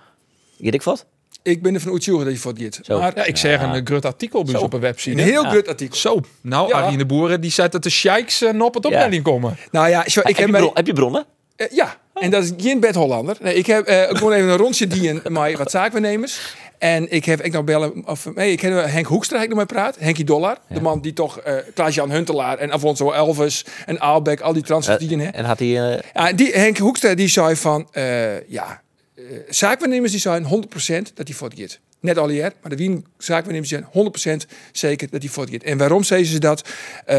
[SPEAKER 4] Weet ik wat?
[SPEAKER 1] Ik ben er van Oetjoer dat je voor het
[SPEAKER 4] Zo.
[SPEAKER 1] Maar
[SPEAKER 5] Ja, ik zeg een grut artikel bij ons
[SPEAKER 4] Zo.
[SPEAKER 5] op een website.
[SPEAKER 1] dus een
[SPEAKER 5] hè?
[SPEAKER 1] heel grut artikel.
[SPEAKER 5] Zo, nou,
[SPEAKER 1] Ja.
[SPEAKER 5] Arjen de Boeren die zei dat de sheiks uh, op het
[SPEAKER 4] Ja.
[SPEAKER 5] opleiding komen.
[SPEAKER 1] Nou ja, zo, ik
[SPEAKER 4] heb,
[SPEAKER 1] heb
[SPEAKER 4] je
[SPEAKER 1] mij-
[SPEAKER 4] bron- heb je bronnen?
[SPEAKER 1] eh, ja,
[SPEAKER 4] Oh.
[SPEAKER 1] en dat is geen bed Hollander. Nee, ik heb eh, ik kon even een rondje dien met wat zaakwaarnemers. En ik heb ik nog bellen of nee, ik heb wel Henk Hoekstra heb ik nog mee praat. Henkie Dollar, de man die toch eh Klaas-Jan Huntelaar en Alfonso Elvis en Aalbeck, al die transfers die je hebt.
[SPEAKER 4] en had hij... eh,
[SPEAKER 1] Ja, die Henk Hoekstra die zei van, eh, ja, eh, zaakwaarnemers die zeiden 100% dat hij voortgeeft. Net al jaar, maar de Wien zaakwaarnemers die zijn 100% zeker dat hij voortgeeft. En waarom zeiden ze dat? Eh,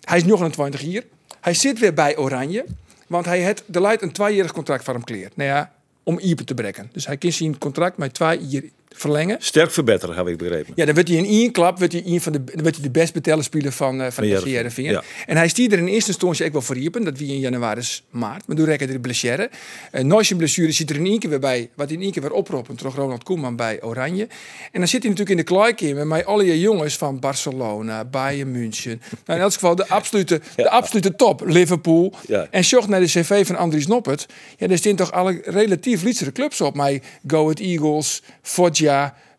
[SPEAKER 1] hij is nog een 20 hier. Hij zit weer bij Oranje, want hij had de leidt een tweejarig contract van hem kleert. Nou ja, om Iepen te breken. Dus hij kan zijn contract met twee jaar verlengen.
[SPEAKER 6] Sterk verbeteren, heb ik begrepen.
[SPEAKER 1] Ja, dan werd hij in één klap werd hij een van de, dan werd hij de best betelde speler van, eh, van de
[SPEAKER 6] Van Heerenveen,
[SPEAKER 1] CRV.
[SPEAKER 6] ja.
[SPEAKER 1] En hij stierde in eerste instantie ook wel voor Iepen. Dat wie in januari, is maart. Maar toen rekte hij de blessure. Uh, Nooit blessure zit er in één keer weer bij. Wat in één keer weer oproepen. Toch Ronald Koeman bij Oranje. En dan zit hij natuurlijk in de kleikamer met al je jongens van Barcelona, Bayern München. Nou, in elk geval de absolute, de absolute top. Liverpool.
[SPEAKER 6] Ja.
[SPEAKER 1] En zocht naar de cv van Andries Noppert. Ja, daar staan toch alle relatief lietsere clubs op. Maar Go Ahead Eagles, Foggia,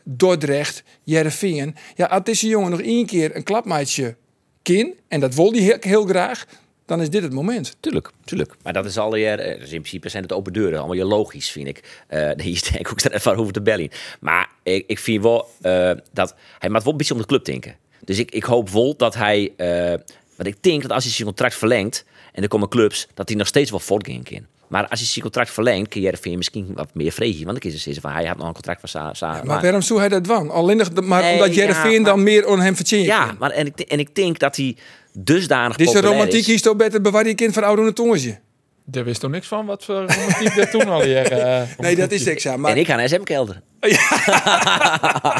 [SPEAKER 1] Dordrecht, Jereveen. Ja, als deze jongen nog één keer een klapmaatje kin... en dat wil hij heel, heel graag, dan is dit het moment.
[SPEAKER 4] Tuurlijk, tuurlijk. Maar dat is al je, eh, dus in principe zijn het open deuren, allemaal je logisch, vind ik. Eh hier is denk ik ook even over te bellen. Maar ik, ik vind wel eh, dat hij maakt wel een beetje om de club denken. Dus ik, ik hoop wel dat hij, eh want ik denk dat als hij zijn contract verlengt en er komen clubs, dat hij nog steeds wel voortgaan kan. Maar als hij zijn contract verlengt, kun je er misschien wat meer vrezen. Want dan is het van hij had nog een contract van Sa. Sa-
[SPEAKER 1] Maar waarom zou hij dat doen? Alleen nog dat- maar
[SPEAKER 4] Nee,
[SPEAKER 1] omdat Jereveen
[SPEAKER 4] ja, maar-
[SPEAKER 1] dan meer aan hem vertient.
[SPEAKER 4] Ja, maar en ik, en ik denk dat hij dusdanig
[SPEAKER 1] Dit is een
[SPEAKER 4] populair
[SPEAKER 1] romantiek hier toch beter bewaar je kind van oude tongetje.
[SPEAKER 5] Daar wist toch niks van wat voor romantiek dat toen al hier. eh
[SPEAKER 1] Nee, dat is examen. Maar,
[SPEAKER 4] En ik ga naar SM-kelder.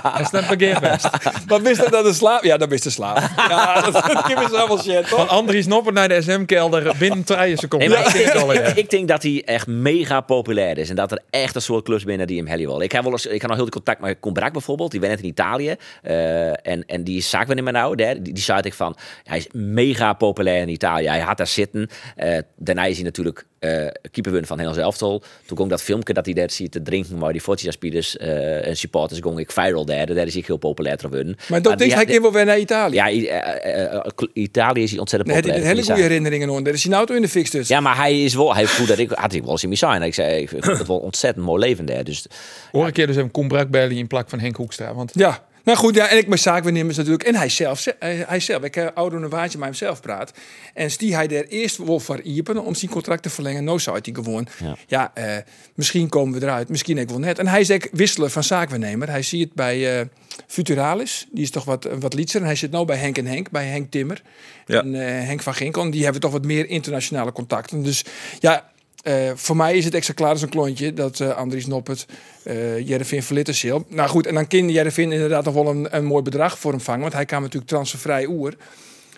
[SPEAKER 5] dat is net begeerfest.
[SPEAKER 1] maar wist hij dat een slaap? Ja, dat wist de slaap. Ja, dat dat is allemaal shit, toch?
[SPEAKER 5] Van Andries Noppert naar de SM-kelder binnen drie seconden.
[SPEAKER 4] Nee, maar
[SPEAKER 5] Dat
[SPEAKER 4] ik,
[SPEAKER 5] is al
[SPEAKER 4] denk, ik,
[SPEAKER 5] hier.
[SPEAKER 4] ik denk dat hij echt mega populair is. En dat er echt een soort clubs binnen die hem helly wil. Ik heb wel eens, ik had nog heel de contact met Combrak bijvoorbeeld. Die went in Italië. eh, en, en die zaak in nou. daar- Die, die zei ik van, hij is mega populair in Italië. Hij had daar zitten. Eh, daarna is hij natuurlijk eh keeperwin van Nederlands Elftal. Toen kwam dat filmpje dat hij daar ziet te drinken. Maar die Forza-spielers eh, en supporters gong ik viral daar. Daar is hij heel populair te worden.
[SPEAKER 1] Maar dat
[SPEAKER 4] die-
[SPEAKER 1] denkt hij kind wel weer naar Italië.
[SPEAKER 4] Ja, I- eh, eh, eh, Italië is hij ontzettend
[SPEAKER 1] Nee, hij
[SPEAKER 4] populair.
[SPEAKER 1] heeft
[SPEAKER 4] Die
[SPEAKER 1] hele
[SPEAKER 4] zaak.
[SPEAKER 1] goede herinneringen aan. Er is een auto in de fik dus.
[SPEAKER 4] Ja, maar hij is wel, hij voelt dat ik, had ik wel eens in mijn zijn. Ik zei, ik vind het wel ontzettend mooi leven daar. Dus
[SPEAKER 5] Hoor een keer dus even Koen Brakberli in plak van Henk Hoekstra. Want
[SPEAKER 1] Ja. Nou goed, ja, en ik mijn zaakwaarnemers natuurlijk. En hij zelf, ze- eh, hij zelf. Ik heb ouder een waardje met hemzelf praat. En stie hij er eerst wel voor iepen om zijn contract te verlengen. Nou zou hij gewoon. Ja,
[SPEAKER 4] Ja.
[SPEAKER 1] eh, misschien komen we eruit, misschien ik wel net. En hij is ook wisselen van zaakwaarnemer. Hij ziet het bij eh, Futuralis. Die is toch wat, eh, wat liedser. En hij zit nou bij Henk en Henk, bij Henk Timmer.
[SPEAKER 6] Ja.
[SPEAKER 1] En eh, Henk van Ginkel. En die hebben toch wat meer internationale contacten. Dus ja, eh, voor mij is het extra klaar als een klontje dat eh, Andries Noppert eh Jerevin verlitters heel. Nou goed, en dan kan Jerevin inderdaad nog wel een, een mooi bedrag voor hem vangen. Want hij kan natuurlijk transfervrij oer.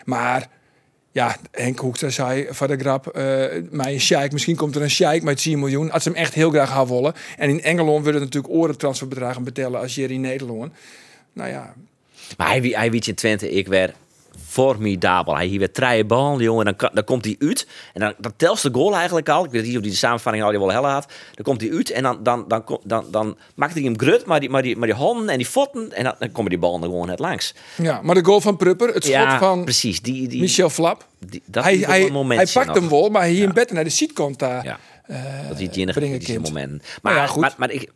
[SPEAKER 1] Maar Ja, Henk Hoekstra zei van de grap, eh mij een sheik, misschien komt er een sheik met 10 miljoen. Als ze hem echt heel graag gaan willen. En in Engeland willen natuurlijk orentransferbedragen betellen als je in Nederland. Nou ja,
[SPEAKER 4] Maar hij, wie- hij wiet in Twente, ik werd formidabel. Hij hier weer treien bal, jongen. Dan, kan- dan komt hij uit. En dan, dan telst de goal eigenlijk al. Ik weet niet of hij de samenvatting al die wel helle had. Dan komt hij uit en dan, dan, dan, dan, dan, dan maakt hij hem grut. Maar die, maar, die, maar die handen en die voeten. En dan, dan komen die ballen er gewoon net langs.
[SPEAKER 1] ja, maar de goal van Prupper, het schot
[SPEAKER 4] ja,
[SPEAKER 1] van
[SPEAKER 4] precies. Die, die,
[SPEAKER 1] Michel Flap.
[SPEAKER 4] die- dat
[SPEAKER 1] hij,
[SPEAKER 4] is ook
[SPEAKER 1] hij,
[SPEAKER 4] een moment.
[SPEAKER 1] hij pakt hem wel, maar hij in bed naar de eh, seat komt daar.
[SPEAKER 4] Ja. Dat is het enige
[SPEAKER 1] brengen
[SPEAKER 4] kritische
[SPEAKER 1] kind.
[SPEAKER 4] moment. Maar,
[SPEAKER 1] Nou ja, goed.
[SPEAKER 4] maar, maar ik,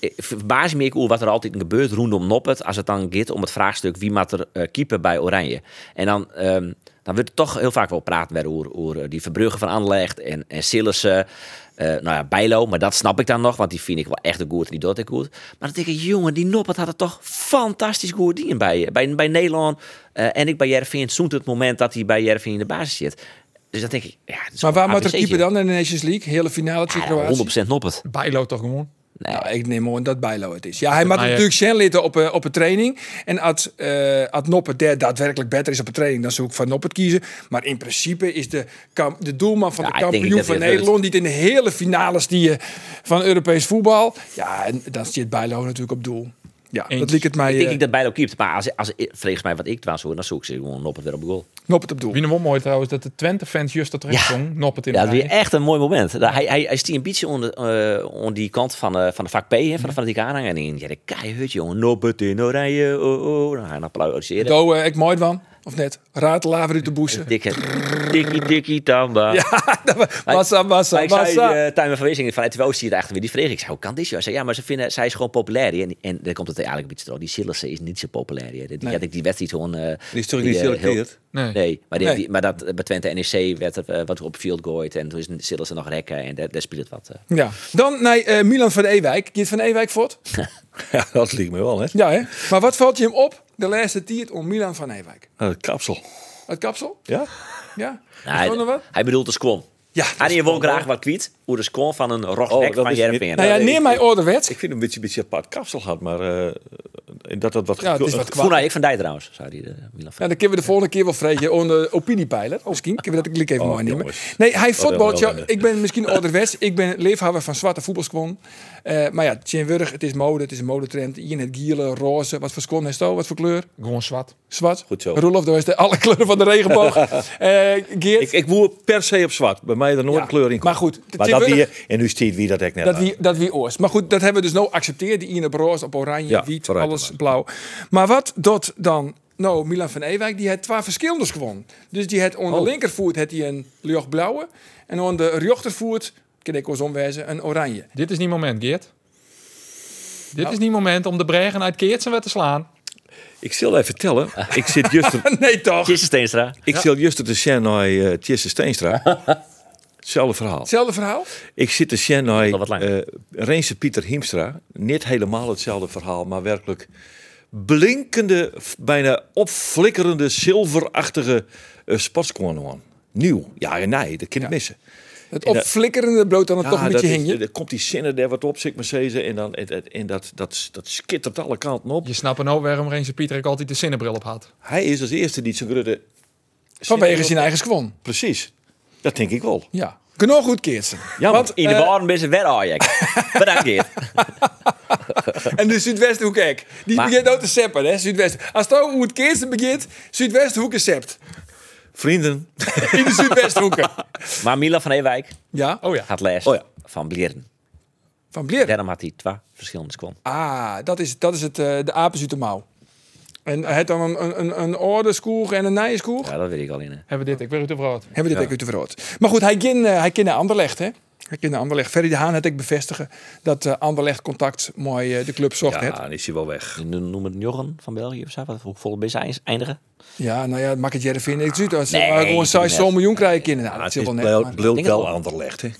[SPEAKER 4] ik verbaas me ik over wat er altijd gebeurt rondom Noppet. Als het dan gaat om het vraagstuk wie maakt er eh, keeper bij Oranje. En dan, ehm, dan wordt er toch heel vaak wel praten weer over, over die Verbrugge van Anderlecht en, en Sillissen. Eh, nou ja, Bijlo, maar dat snap ik dan nog, want die vind ik wel echt een goed en die doet ik goed. Maar dan denk ik, jongen, die Noppet had het toch fantastisch goed dingen bij, bij, bij Nederland. eh, en ik bij Jervin, zoent het moment dat hij bij Jervin in de basis zit. Dus dan denk ik, ja, dat is
[SPEAKER 1] Maar waar
[SPEAKER 4] gewoon
[SPEAKER 1] moet er
[SPEAKER 4] ABC'tje.
[SPEAKER 1] keeper dan in de Nations League? Hele finale tegen Kroatië.
[SPEAKER 4] 100% Noppet.
[SPEAKER 5] Bijlo toch gewoon?
[SPEAKER 1] Nou, ik neem aan dat Bijlo het is. Ja, hij maakt
[SPEAKER 5] Ah, ja.
[SPEAKER 1] natuurlijk zijn litten op, eh, op een training. En als, eh als Noppert daar daadwerkelijk beter is op een training, dan zou ik van Noppert kiezen. Maar in principe is de, kam- de doelman van
[SPEAKER 4] Ja,
[SPEAKER 1] de
[SPEAKER 4] ik denk
[SPEAKER 1] kampioen
[SPEAKER 4] dat hij
[SPEAKER 1] van
[SPEAKER 4] het wel is.
[SPEAKER 1] Nederland, die het in de hele finales die, je- van Europees voetbal. Ja, en dan zit Bijlo natuurlijk op doel. Ja, dat liet het mij.
[SPEAKER 4] Ik denk
[SPEAKER 1] eh,
[SPEAKER 4] ik dat Bijlo keept. Maar als, als vrees mij wat ik dwaas hoor, dan zoek ik ze gewoon op het weer op de goal.
[SPEAKER 1] Noppert op doel.
[SPEAKER 5] Wie hem mooi trouwens, dat de Twente-fans juist dat terecht zong. Noppet in
[SPEAKER 4] Ja,
[SPEAKER 5] de
[SPEAKER 4] dat is weer
[SPEAKER 5] rij.
[SPEAKER 4] echt een mooi moment. Daar- Hij, hij, hij stier een beetje onder, eh, onder die kant van, eh, van de vak P, hè,
[SPEAKER 6] Mhm.
[SPEAKER 4] van de fanatieke aanhanger. En in, ja, de keihut, jongen. Noppet in oranje, oh, oh. Dan ga je dan applaudisseren.
[SPEAKER 1] Do, eh, ik mooi van. Of net? Raad laver uit de boezen.
[SPEAKER 4] Dikke, dikkie, dikkie, tamba.
[SPEAKER 1] Massa, massa,
[SPEAKER 4] Maar ik zei
[SPEAKER 1] massa.
[SPEAKER 4] eh, tijdens mijn verwissing van RTO zie je het echt weer. Die vreeg ik, zei, hoe kan dit? zo? Hij zei, ja, maar ze vinden, zij is gewoon populair. En, en daar komt het eigenlijk een beetje door. Die Sillessen is niet zo populair. hè. Die
[SPEAKER 5] Nee.
[SPEAKER 4] had ik die wedstrijd gewoon... eh,
[SPEAKER 6] Die is toch
[SPEAKER 4] die,
[SPEAKER 6] niet
[SPEAKER 4] eh, heel-
[SPEAKER 6] geselecteerd?
[SPEAKER 5] Nee.
[SPEAKER 4] Nee. maar, die,
[SPEAKER 5] Nee.
[SPEAKER 4] die- maar dat, eh, bij Twente NEC werd er eh, wat op field gooid. En toen is Sillessen nog rekken. En daar, daar speelt het wat. eh.
[SPEAKER 1] Ja. Dan naar eh, Milan van Ewijk. Geert van Ewijk voort?
[SPEAKER 6] Ja, dat liep me wel, hè?
[SPEAKER 1] Ja, hè? Maar wat valt je hem op? De laatste tiert om Milan van Ewijk.
[SPEAKER 6] Nou, dat kapsel.
[SPEAKER 1] Het kapsel?
[SPEAKER 6] Ja?
[SPEAKER 1] Ja.
[SPEAKER 4] Nou,
[SPEAKER 1] Is er nog
[SPEAKER 4] hij,
[SPEAKER 1] wat?
[SPEAKER 4] hij bedoelt de squam.
[SPEAKER 1] Ja,
[SPEAKER 4] en je wil graag wat kwiet. Hoe de squam van een rochek
[SPEAKER 6] Oh, dat
[SPEAKER 4] van
[SPEAKER 6] is niet-
[SPEAKER 4] Jervin.
[SPEAKER 1] Nou ja,
[SPEAKER 6] nee,
[SPEAKER 1] neem
[SPEAKER 6] ik-
[SPEAKER 1] mij ouderwets.
[SPEAKER 6] Ik vind hem een beetje, een beetje apart kapsel gehad, maar eh, dat dat wat...
[SPEAKER 1] Ja, het is wat
[SPEAKER 4] Voel
[SPEAKER 1] kwaad.
[SPEAKER 4] nou, ik van die trouwens, zei die eh, Milan van
[SPEAKER 1] Ja, dan kunnen we de volgende keer wel vreetje onder opiniepeiler. Of Misschien kunnen we dat ik even
[SPEAKER 6] Oh,
[SPEAKER 1] mooi nemen.
[SPEAKER 6] jongens.
[SPEAKER 1] Nee, hij voetbalt.
[SPEAKER 6] wel
[SPEAKER 1] ja,
[SPEAKER 6] wennen.
[SPEAKER 1] ik ben misschien ouderwets. Ik ben leefhouwer van zwarte voetbalskwon. Eh, maar ja, Tjenwurg, het is mode. Het is een modetrend. Hier in het giele, roze. Wat voor skwon is het ook? Wat voor kleur?
[SPEAKER 5] Gewoon zwart.
[SPEAKER 1] Zwart.
[SPEAKER 6] Goed zo.
[SPEAKER 1] Roelof, daar is de alle kleuren van de regenboog. Eh Geert.
[SPEAKER 6] Ik, ik woer per se op zwart. Bij mij er nooit
[SPEAKER 1] Ja,
[SPEAKER 6] een kleur in komt.
[SPEAKER 1] maar goed, de
[SPEAKER 6] Maar dat
[SPEAKER 1] Tim
[SPEAKER 6] die, en nu stiert wie dat ik net
[SPEAKER 1] Dat
[SPEAKER 6] aan.
[SPEAKER 1] wie, dat wie oors. Maar goed, dat hebben we dus nou accepteerd. Die in op roze, op oranje,
[SPEAKER 6] Ja,
[SPEAKER 1] wit,
[SPEAKER 6] vooruit
[SPEAKER 1] alles
[SPEAKER 6] dan
[SPEAKER 1] blauw. Maar wat doet dan nou Milan van Ewijk? Die had twee verschillende gewonnen. Dus die had
[SPEAKER 6] Oh.
[SPEAKER 1] onder de linkervoet had hij een ljoch blauwe. En onder de rechtervoet, kan ik ons omwijzen, een oranje. Nou.
[SPEAKER 5] Dit is niet moment, Geert. Dit is niet moment om de bregen uit Keert zijn wet te slaan.
[SPEAKER 6] Ik zal even vertellen. Ik zit juist op-
[SPEAKER 1] nee toch?
[SPEAKER 4] Jesse Steenstra.
[SPEAKER 6] ik zit juist op de Chennai eh Tjesse Steenstra. Hetzelfde verhaal.
[SPEAKER 1] Hetzelfde verhaal?
[SPEAKER 6] Ik zit de Chennai
[SPEAKER 4] Al wat langer.
[SPEAKER 6] eh Reense Pieter Hiemstra. Niet helemaal hetzelfde verhaal, maar werkelijk blinkende, f- bijna opflikkerende, zilverachtige uh, Nieuw. Ja, nee, dat kan je missen.
[SPEAKER 1] Het
[SPEAKER 6] En dat-
[SPEAKER 1] opflikkerende bloot dan het toch een
[SPEAKER 6] dat
[SPEAKER 1] beetje
[SPEAKER 6] is-
[SPEAKER 1] hingje.
[SPEAKER 6] Dan komt die zinnen daar wat op, zeg maar zezen. En, dan, en, en- en dat, dat, dat schittert alle kanten op.
[SPEAKER 5] Je snapt nou waarom Reense Pieter ik altijd de zinnenbril op had.
[SPEAKER 6] Hij is als eerste die zijn grutte...
[SPEAKER 1] Vanwege zijn eigen skwon.
[SPEAKER 6] Precies. Dat denk ik wel.
[SPEAKER 1] Ja. Genoeg goed, Keertsen.
[SPEAKER 6] Ja,
[SPEAKER 1] Want,
[SPEAKER 6] want
[SPEAKER 4] In de
[SPEAKER 1] eh,
[SPEAKER 4] waren ben ze weer Ajax. Bedankt, Geert.
[SPEAKER 1] En de Zuidwesthoek ook. Die
[SPEAKER 4] Maar-
[SPEAKER 1] begint ook te seppen, hè, Zuidwest. Als het over hoe het Keertsen begint, Zuidwesthoeken sept.
[SPEAKER 6] Vrienden.
[SPEAKER 1] In de Zuidwesthoeken.
[SPEAKER 4] Maar Milan van Ewijk
[SPEAKER 1] Ja,
[SPEAKER 5] Oh ja.
[SPEAKER 4] gaat les
[SPEAKER 6] Oh ja.
[SPEAKER 4] van Blieren.
[SPEAKER 1] van Blier.
[SPEAKER 4] Daarom had hij twee verschillende squam.
[SPEAKER 1] Ah, dat is, dat is het, eh, de apens uit de mouw. En hij heeft dan een, een- een, een ordeskoer en een nijenskoer.
[SPEAKER 4] Ja, dat weet ik al in. eh. hè.
[SPEAKER 5] Hebben we dit? Ik weet het de brood.
[SPEAKER 1] Hebben we dit ook uit de verrood. Maar goed, hij kan, eh, hij kan naar Anderlecht, hè? Hij kan naar Anderlecht. Ferry de Haan had ik bevestigen dat eh, Anderlecht contact mooi eh, de club zocht.
[SPEAKER 6] Ja,
[SPEAKER 1] heeft.
[SPEAKER 6] Ah, dan is hij wel weg.
[SPEAKER 4] Noem het Jorren van België of zo. Wat hoe volle bezig eindigen.
[SPEAKER 1] Ja, nou ja, dat maakt het Jereveen niks uit. Als ze
[SPEAKER 4] Nee,
[SPEAKER 1] maar gewoon
[SPEAKER 4] doe
[SPEAKER 1] saai
[SPEAKER 4] net.
[SPEAKER 1] zo'n miljoen krijgen kinderen. Nou,
[SPEAKER 6] Maar
[SPEAKER 1] dat
[SPEAKER 6] het
[SPEAKER 1] is
[SPEAKER 6] is
[SPEAKER 1] wel net.
[SPEAKER 6] wel-
[SPEAKER 1] maar-
[SPEAKER 6] wel
[SPEAKER 4] denk het
[SPEAKER 6] wel
[SPEAKER 4] wel.
[SPEAKER 6] Anderlecht, hè?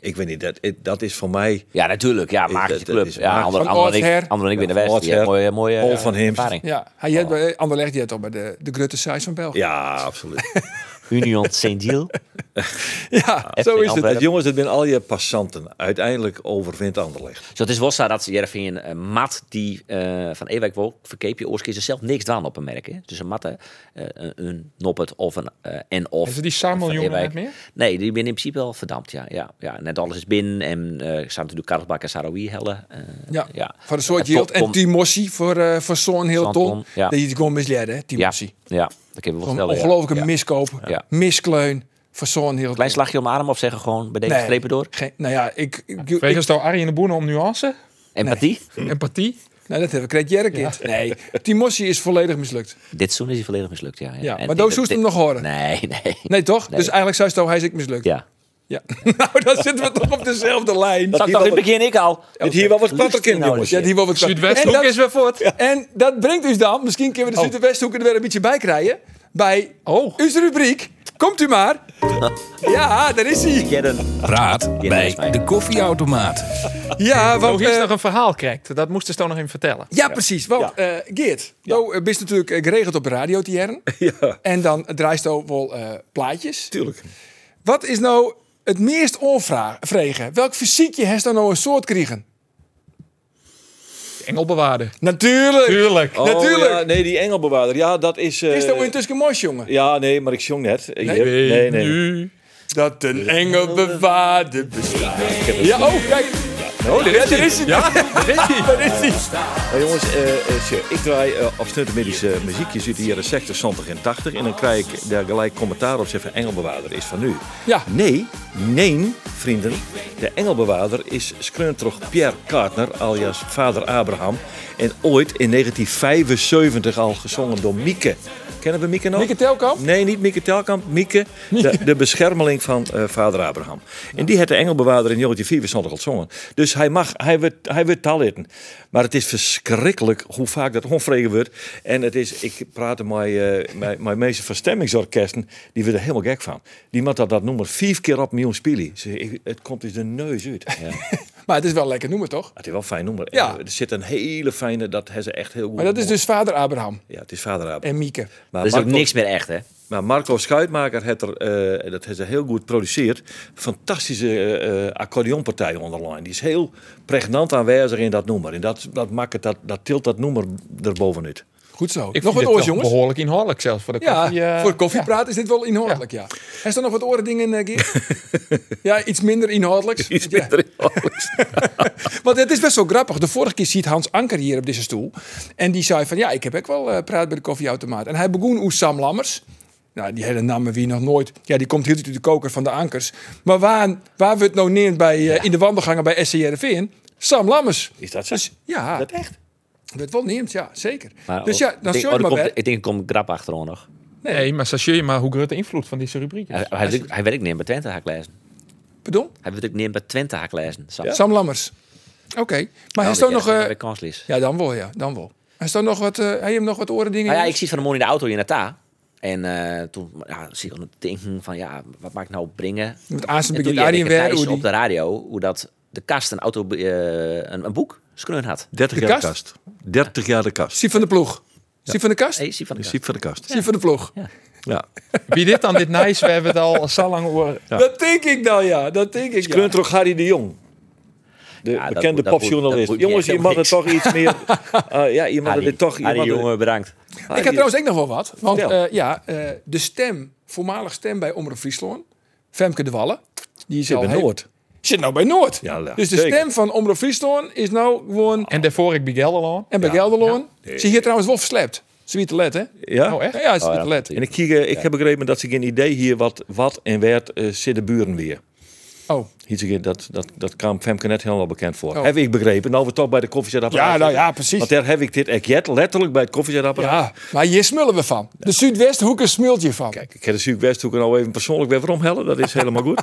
[SPEAKER 6] Ik weet niet, dat, dat is voor mij...
[SPEAKER 4] Ja, natuurlijk. Ja,
[SPEAKER 6] Ik-
[SPEAKER 4] magische
[SPEAKER 6] dat- dat
[SPEAKER 4] club.
[SPEAKER 6] is
[SPEAKER 4] Ja,
[SPEAKER 6] magisch.
[SPEAKER 4] ander,
[SPEAKER 1] Van
[SPEAKER 4] ander, ik,
[SPEAKER 1] oudsher.
[SPEAKER 4] ander ik weer de West.
[SPEAKER 6] oudsher.
[SPEAKER 4] Ja, mooie, mooie
[SPEAKER 6] Paul
[SPEAKER 4] eh,
[SPEAKER 6] van Hemst.
[SPEAKER 4] ervaring.
[SPEAKER 1] Ja, hij eh, heeft
[SPEAKER 4] Oh.
[SPEAKER 1] bij Anderlecht die had al bij de, de grote size van België.
[SPEAKER 6] Ja, absoluut.
[SPEAKER 4] Union Saint-Gilles.
[SPEAKER 5] Ja,
[SPEAKER 4] zo is het.
[SPEAKER 6] Jongens, dat zijn al je passanten. Uiteindelijk overwint Anderlecht.
[SPEAKER 4] Zo, het is wel zo dat Jervin een Mat die eh, van Ewijk wil verkeepje oorskis er zelf niks aan op een merk. Hè? Dus een Matte, eh, een, een Noppert of een eh, en of.
[SPEAKER 5] Is het die
[SPEAKER 4] van
[SPEAKER 5] Samuel jongen
[SPEAKER 4] Ewijk.
[SPEAKER 5] net meer?
[SPEAKER 4] Nee, die ben in principe wel verdampt. Ja, ja, ja. Net alles is binnen en eh ik zou natuurlijk Karlsbak en Sarawi hellen. eh,
[SPEAKER 1] Ja,
[SPEAKER 4] ja.
[SPEAKER 1] Voor de soort
[SPEAKER 4] Ja,
[SPEAKER 1] Jilt
[SPEAKER 4] Tom-
[SPEAKER 1] en Timossi voor, eh voor zo'n heel
[SPEAKER 4] Zo'n
[SPEAKER 1] ton.
[SPEAKER 4] ton, ja.
[SPEAKER 1] Dat je het gewoon misleiden, hè, Timossi.
[SPEAKER 4] Ja, ja, dat kunnen we wel
[SPEAKER 1] Zo'n
[SPEAKER 4] vertellen. ja.
[SPEAKER 1] ongelooflijke
[SPEAKER 4] Ja.
[SPEAKER 1] miskoop,
[SPEAKER 4] Ja.
[SPEAKER 1] miskleun voor zo'n heel
[SPEAKER 4] Klein slagje om de arm of zeggen gewoon bij deze
[SPEAKER 1] Nee.
[SPEAKER 4] strepen door.
[SPEAKER 1] Geen, nou ja, ik... ik, ik-
[SPEAKER 5] Wegens nou Arjen de Boer om nuance?
[SPEAKER 4] Empathie.
[SPEAKER 5] Empathie?
[SPEAKER 1] nou, dat hebben we Kreet Jerkind. Nee, Timossi is volledig mislukt.
[SPEAKER 4] Dit seizoen is hij volledig mislukt, ja.
[SPEAKER 1] Ja,
[SPEAKER 4] En
[SPEAKER 1] maar Doos
[SPEAKER 4] dit-
[SPEAKER 1] hoest hem
[SPEAKER 4] dit-
[SPEAKER 1] nog horen.
[SPEAKER 4] Nee, nee.
[SPEAKER 1] Nee, toch?
[SPEAKER 4] Nee.
[SPEAKER 1] Dus eigenlijk zou Sto hij is ik mislukt.
[SPEAKER 4] Ja.
[SPEAKER 1] Ja. nou, dan zitten we toch op dezelfde lijn.
[SPEAKER 4] Dat dacht in het begin ik al.
[SPEAKER 6] Dit hier wel wat platterkind,
[SPEAKER 4] nou
[SPEAKER 6] jongens.
[SPEAKER 4] eens?
[SPEAKER 1] Ja, die wordt wat
[SPEAKER 5] Zuidwesthoek
[SPEAKER 1] En dat-
[SPEAKER 5] is weer voort.
[SPEAKER 1] En dat brengt dus dan, misschien kunnen we de Zuidwesthoek er weer een beetje bij krijgen. Bij
[SPEAKER 5] Oh.
[SPEAKER 1] uw rubriek. Komt u maar. Ja, daar is hij.
[SPEAKER 4] Jeren.
[SPEAKER 13] Praat
[SPEAKER 4] bij
[SPEAKER 13] bij de koffieautomaat.
[SPEAKER 1] Ja, want,
[SPEAKER 5] Logisch
[SPEAKER 1] eh,
[SPEAKER 5] nog een verhaal krijgt. Dat moest de Stoon nog even vertellen.
[SPEAKER 1] ja, precies. Want eh, Geert, nou eh, bist natuurlijk eh, geregeld op de radio te jaren.
[SPEAKER 6] Ja,
[SPEAKER 1] En dan draait je ook wel eh, plaatjes.
[SPEAKER 6] tuurlijk.
[SPEAKER 1] Wat is nou het meest onvregen? Welk fysiekje heeft dan nou een soort krijgen?
[SPEAKER 5] Engelbewaarder.
[SPEAKER 1] Natuurlijk.
[SPEAKER 5] Tuurlijk.
[SPEAKER 6] Oh,
[SPEAKER 1] Natuurlijk.
[SPEAKER 6] ja, nee, die engelbewaarder. Ja, dat is... eh,
[SPEAKER 1] Is dat intussen mooi, jongen?
[SPEAKER 6] Ja, nee, maar ik zong net. Nee, nee. nee,
[SPEAKER 1] Dat een enge bewaarde bestaat. Ja, oh, kijk. Oh, ja, daar is hij. Ja, daar is hij. Daar is hij.
[SPEAKER 6] Maar jongens, eh, eh, tje, ik draai eh, op stuntenmedische muziek. Je ziet hier een sector 70 en 80. En dan krijg ik daar gelijk commentaar op zeggen: Engelbewaarder is van nu.
[SPEAKER 1] Ja.
[SPEAKER 6] Nee, nee, vrienden. De Engelbewaarder is screuntrog Pierre Kartner, alias vader Abraham. En ooit in 1975 al gezongen door Mieke. Kennen we Mieke nog?
[SPEAKER 1] Mieke Telkamp?
[SPEAKER 6] Nee, niet Mieke Telkamp. Mieke, De, de beschermeling van eh, vader Abraham. En die had de engelbewaarder in Jongetje 4 zondag al zongen. Dus hij mag, hij wordt hij wordt taalitten. Maar het is verschrikkelijk hoe vaak dat onvregen wordt. En het is, ik praatte met eh, mijn- mijn meeste verstemmingsorkesten, die werden er helemaal gek van. Die man dat dat nummer vijf keer op miljoen spelen. Ze- ik- Het komt dus de neus uit.
[SPEAKER 1] Maar het is wel lekker noemen, toch?
[SPEAKER 6] Het is wel een fijn nummer.
[SPEAKER 1] Ja.
[SPEAKER 6] En Er zit een hele fijne, dat hebben ze echt heel goed.
[SPEAKER 1] Maar dat is
[SPEAKER 6] gemaakt.
[SPEAKER 1] dus vader Abraham
[SPEAKER 6] Ja, het is vader Abraham.
[SPEAKER 1] en Mieke.
[SPEAKER 6] Maar
[SPEAKER 4] Dat is ook
[SPEAKER 6] Marco-
[SPEAKER 4] niks meer echt, hè?
[SPEAKER 6] maar Marco Schuitmaker heeft er, eh, dat heeft ze heel goed geproduceerd. Fantastische eh, eh, accordeonpartij online. Die is heel pregnant aanwezig in dat nummer. En dat, dat, maakt het, dat, dat tilt dat nummer erbovenuit.
[SPEAKER 1] Goed zo. nog
[SPEAKER 5] Ik vind
[SPEAKER 1] wat
[SPEAKER 5] dit
[SPEAKER 1] oors,
[SPEAKER 5] toch
[SPEAKER 1] jongens.
[SPEAKER 5] Behoorlijk inhoudelijk zelfs voor de
[SPEAKER 1] Ja,
[SPEAKER 5] koffie. eh,
[SPEAKER 1] voor koffiepraat is dit wel inhoudelijk, ja. Heeft er nog wat oren dingen in, eh, Geert? ja, iets minder inhoudelijks.
[SPEAKER 6] Iets
[SPEAKER 1] Ja.
[SPEAKER 6] minder inhoudelijks.
[SPEAKER 1] Want het is best wel grappig. De vorige keer ziet Hans Anker hier op deze stoel. En die zei van, ja, ik heb ook wel eh, praat bij de koffieautomaat. En hij begon oes Sam Lammers. Nou, die hele namen wie nog nooit. Ja, die komt heel uit de koker van de Ankers. Maar waar, waar we het nou neer bij, eh, in de wandelgangen bij SCRV in? Sam Lammers.
[SPEAKER 6] Is dat zo?
[SPEAKER 1] Ja,
[SPEAKER 6] dat echt?
[SPEAKER 1] werd wel neemt, ja, zeker.
[SPEAKER 4] Maar
[SPEAKER 1] dus ja, dan
[SPEAKER 4] ik denk-
[SPEAKER 1] show je
[SPEAKER 4] oh, er
[SPEAKER 1] maar
[SPEAKER 4] komt-
[SPEAKER 1] bij.
[SPEAKER 4] Ik denk, er komt grap achteraan nog.
[SPEAKER 5] Nee, maar sacheer je maar hoe groot de invloed van deze rubriek is.
[SPEAKER 4] Hij, hij, doet- hij werkt niet bij Twente haaklezen.
[SPEAKER 1] Pardon?
[SPEAKER 4] Hij werkt niet bij Twente haaklezen. Sam.
[SPEAKER 1] Sam Lammers. Oké, maar hij
[SPEAKER 4] Ja,
[SPEAKER 1] is toch
[SPEAKER 4] ja,
[SPEAKER 1] nog...
[SPEAKER 4] ja,
[SPEAKER 1] eh,
[SPEAKER 4] bij Kanslis.
[SPEAKER 1] Ja, dan wel, ja. Dan wel. Hij staat nog wat, eh hij heeft nog wat oren dingen.
[SPEAKER 4] Nou ja, ik zit van de morgen in de auto in Nata. En eh, toen ja, zit ik aan het denken van, ja, wat maak ik nou brengen?
[SPEAKER 1] Met Azen
[SPEAKER 4] En toen
[SPEAKER 1] begint
[SPEAKER 4] jij
[SPEAKER 1] Arjen weer. hoe
[SPEAKER 4] op
[SPEAKER 1] die-
[SPEAKER 4] de radio hoe dat de kast een, auto, eh, een, een boek skreun had.
[SPEAKER 6] 30
[SPEAKER 1] De
[SPEAKER 6] jaar de
[SPEAKER 1] kast?
[SPEAKER 6] kast. 30 jaar de kast.
[SPEAKER 1] Siep van de ploeg. Siep van de kast?
[SPEAKER 4] Hey, zie van de kast.
[SPEAKER 6] Siep van de kast.
[SPEAKER 1] Siep van de ploeg.
[SPEAKER 6] Ja.
[SPEAKER 5] Wie dit dan dit nice, we hebben het al zo lang over.
[SPEAKER 1] Dat denk ik dan, ja. Dat denk ik, ja.
[SPEAKER 6] Kruntrog Harry de Jong. De
[SPEAKER 4] Ja, dat
[SPEAKER 6] bekende
[SPEAKER 4] moet- dat moet-
[SPEAKER 6] popjournalist.
[SPEAKER 4] dat moet
[SPEAKER 6] Jongens,
[SPEAKER 4] niet
[SPEAKER 6] je
[SPEAKER 4] echt
[SPEAKER 6] mag er
[SPEAKER 4] niks.
[SPEAKER 6] toch iets meer... Eh, ja, je mag
[SPEAKER 4] Harry,
[SPEAKER 6] er toch... Ah, je
[SPEAKER 4] Harry,
[SPEAKER 6] mag er-
[SPEAKER 4] jongen, bedankt.
[SPEAKER 6] Harry-
[SPEAKER 1] Ik had trouwens ook nog wel wat. Want
[SPEAKER 6] Vertel.
[SPEAKER 1] eh, ja, eh, de stem, voormalig stem bij Omroep Friesland, Femke de Wallen, die is
[SPEAKER 6] Zit
[SPEAKER 1] al
[SPEAKER 6] bij
[SPEAKER 1] heel-
[SPEAKER 6] Noord.
[SPEAKER 1] Zit nou bij Noord.
[SPEAKER 6] Ja, ja,
[SPEAKER 1] dus de
[SPEAKER 6] zeker.
[SPEAKER 1] stem van Omroep Friesland is nou gewoon...
[SPEAKER 5] En daarvoor ik Big al.
[SPEAKER 1] en bij Gelderloon. Ze hier trouwens wel verslept. Ze wie te let, hè?
[SPEAKER 6] Ja?
[SPEAKER 5] Oh, echt?
[SPEAKER 1] Ja, ja, ze
[SPEAKER 4] Oh,
[SPEAKER 1] wie
[SPEAKER 4] ja,
[SPEAKER 1] te let.
[SPEAKER 6] En ik, kijk, eh, ik heb begrepen dat ze geen idee hier wat, wat en waar eh zit de buren weer.
[SPEAKER 1] Oh.
[SPEAKER 6] Iets again, dat, dat, dat kwam Femke net helemaal bekend voor.
[SPEAKER 1] Oh.
[SPEAKER 6] Heb ik begrepen. Nou, we toch bij de koffiezetapparaat.
[SPEAKER 1] Ja, nou ja,
[SPEAKER 6] zitten.
[SPEAKER 1] precies.
[SPEAKER 6] Want daar heb ik dit eket letterlijk bij het koffiezetapparaat.
[SPEAKER 1] Ja, maar hier smullen we van. De Zuidwesthoeken smult je van.
[SPEAKER 6] Kijk, ik heb de Zuidwesthoek er nou even persoonlijk weer voor omhellen. Dat is helemaal goed.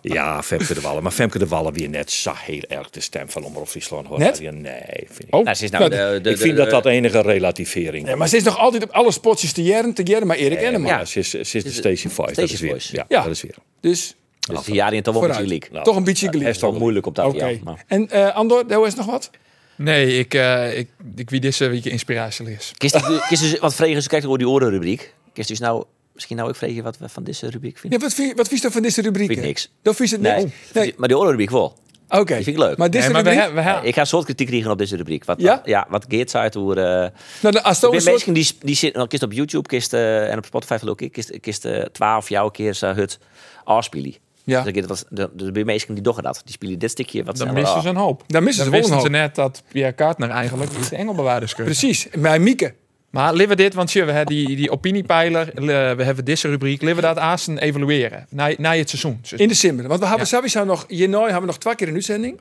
[SPEAKER 6] ja, Femke de Wallen. Maar Femke de Wallen weer net zo heel erg de stem van Omroep Friesland. hoor.
[SPEAKER 1] Net?
[SPEAKER 6] Ja, Nee, vind ik.
[SPEAKER 1] Oh,
[SPEAKER 4] Nou, ze is nou
[SPEAKER 1] nou,
[SPEAKER 4] de, de,
[SPEAKER 6] ik vind
[SPEAKER 4] de-
[SPEAKER 6] dat dat enige relativering.
[SPEAKER 1] Nee, maar ze is nog altijd op alle spotjes te jaren, te jaren, maar Erik Enema.
[SPEAKER 6] Ja, ze is, ze is de Station 5. Dat is weer.
[SPEAKER 4] Voice.
[SPEAKER 6] Ja,
[SPEAKER 1] Ja.
[SPEAKER 6] dat is weer.
[SPEAKER 1] Dus
[SPEAKER 4] Dus die jaren in toch wel een
[SPEAKER 1] vooruit.
[SPEAKER 4] beetje leak.
[SPEAKER 1] Toch een beetje geliefd.
[SPEAKER 4] Hij is toch moeilijk op Nou, dat
[SPEAKER 1] Oké.
[SPEAKER 4] jaar. Maar.
[SPEAKER 1] En eh, Andor, daar is nog wat?
[SPEAKER 5] Nee, ik, eh, ik, ik wie dit een beetje inspiratie is.
[SPEAKER 4] Kist, kist dus, want Vregen, ze kijkt over die orenrubriek. Kist dus nou Misschien nou ik vreeg je wat we van deze rubriek vinden.
[SPEAKER 1] Ja, wat vind je- wat vies dan van deze rubriek?
[SPEAKER 4] Vind ik niks.
[SPEAKER 1] Dan vies het
[SPEAKER 4] Nee,
[SPEAKER 1] niks. Nee.
[SPEAKER 4] Maar die oorlog-rubriek wel.
[SPEAKER 1] Oké.
[SPEAKER 4] Die vind ik leuk.
[SPEAKER 1] Maar deze Nee, maar we rubriek? he- we he-
[SPEAKER 4] Ik ga een soort kritiek krijgen op deze rubriek. Wat,
[SPEAKER 1] Ja?
[SPEAKER 4] ja? wat Geert zei over... eh
[SPEAKER 1] Nou, dan- als
[SPEAKER 4] er
[SPEAKER 1] zo'n
[SPEAKER 4] zijn
[SPEAKER 1] soort-
[SPEAKER 4] mensen die, die zitten dan kist op YouTube kist, eh, en op Spotify geloof ik. Kist, kist eh, 12 jouw keer zijn hut afspelen.
[SPEAKER 5] Ja.
[SPEAKER 4] Dus er zijn mensen die doen dat. Die spelen dit stukje. Wat
[SPEAKER 5] Dan
[SPEAKER 4] sneller
[SPEAKER 5] missen
[SPEAKER 4] af.
[SPEAKER 5] ze een hoop.
[SPEAKER 1] Dan missen ze wel een
[SPEAKER 5] wisten
[SPEAKER 1] hoop.
[SPEAKER 5] net dat Pierre Kaartner eigenlijk niet de engelbewaarders kunnen.
[SPEAKER 1] Precies, mijn Mieke.
[SPEAKER 5] Maar liever dit, want tje, we hebben die, die opiniepeiler, le- we hebben deze rubriek, liever dat aas en evalueren. Na, na het seizoen. Dus-
[SPEAKER 1] In december. Want we hebben sowieso nog, hierna hebben we nog twee keer een uitzending.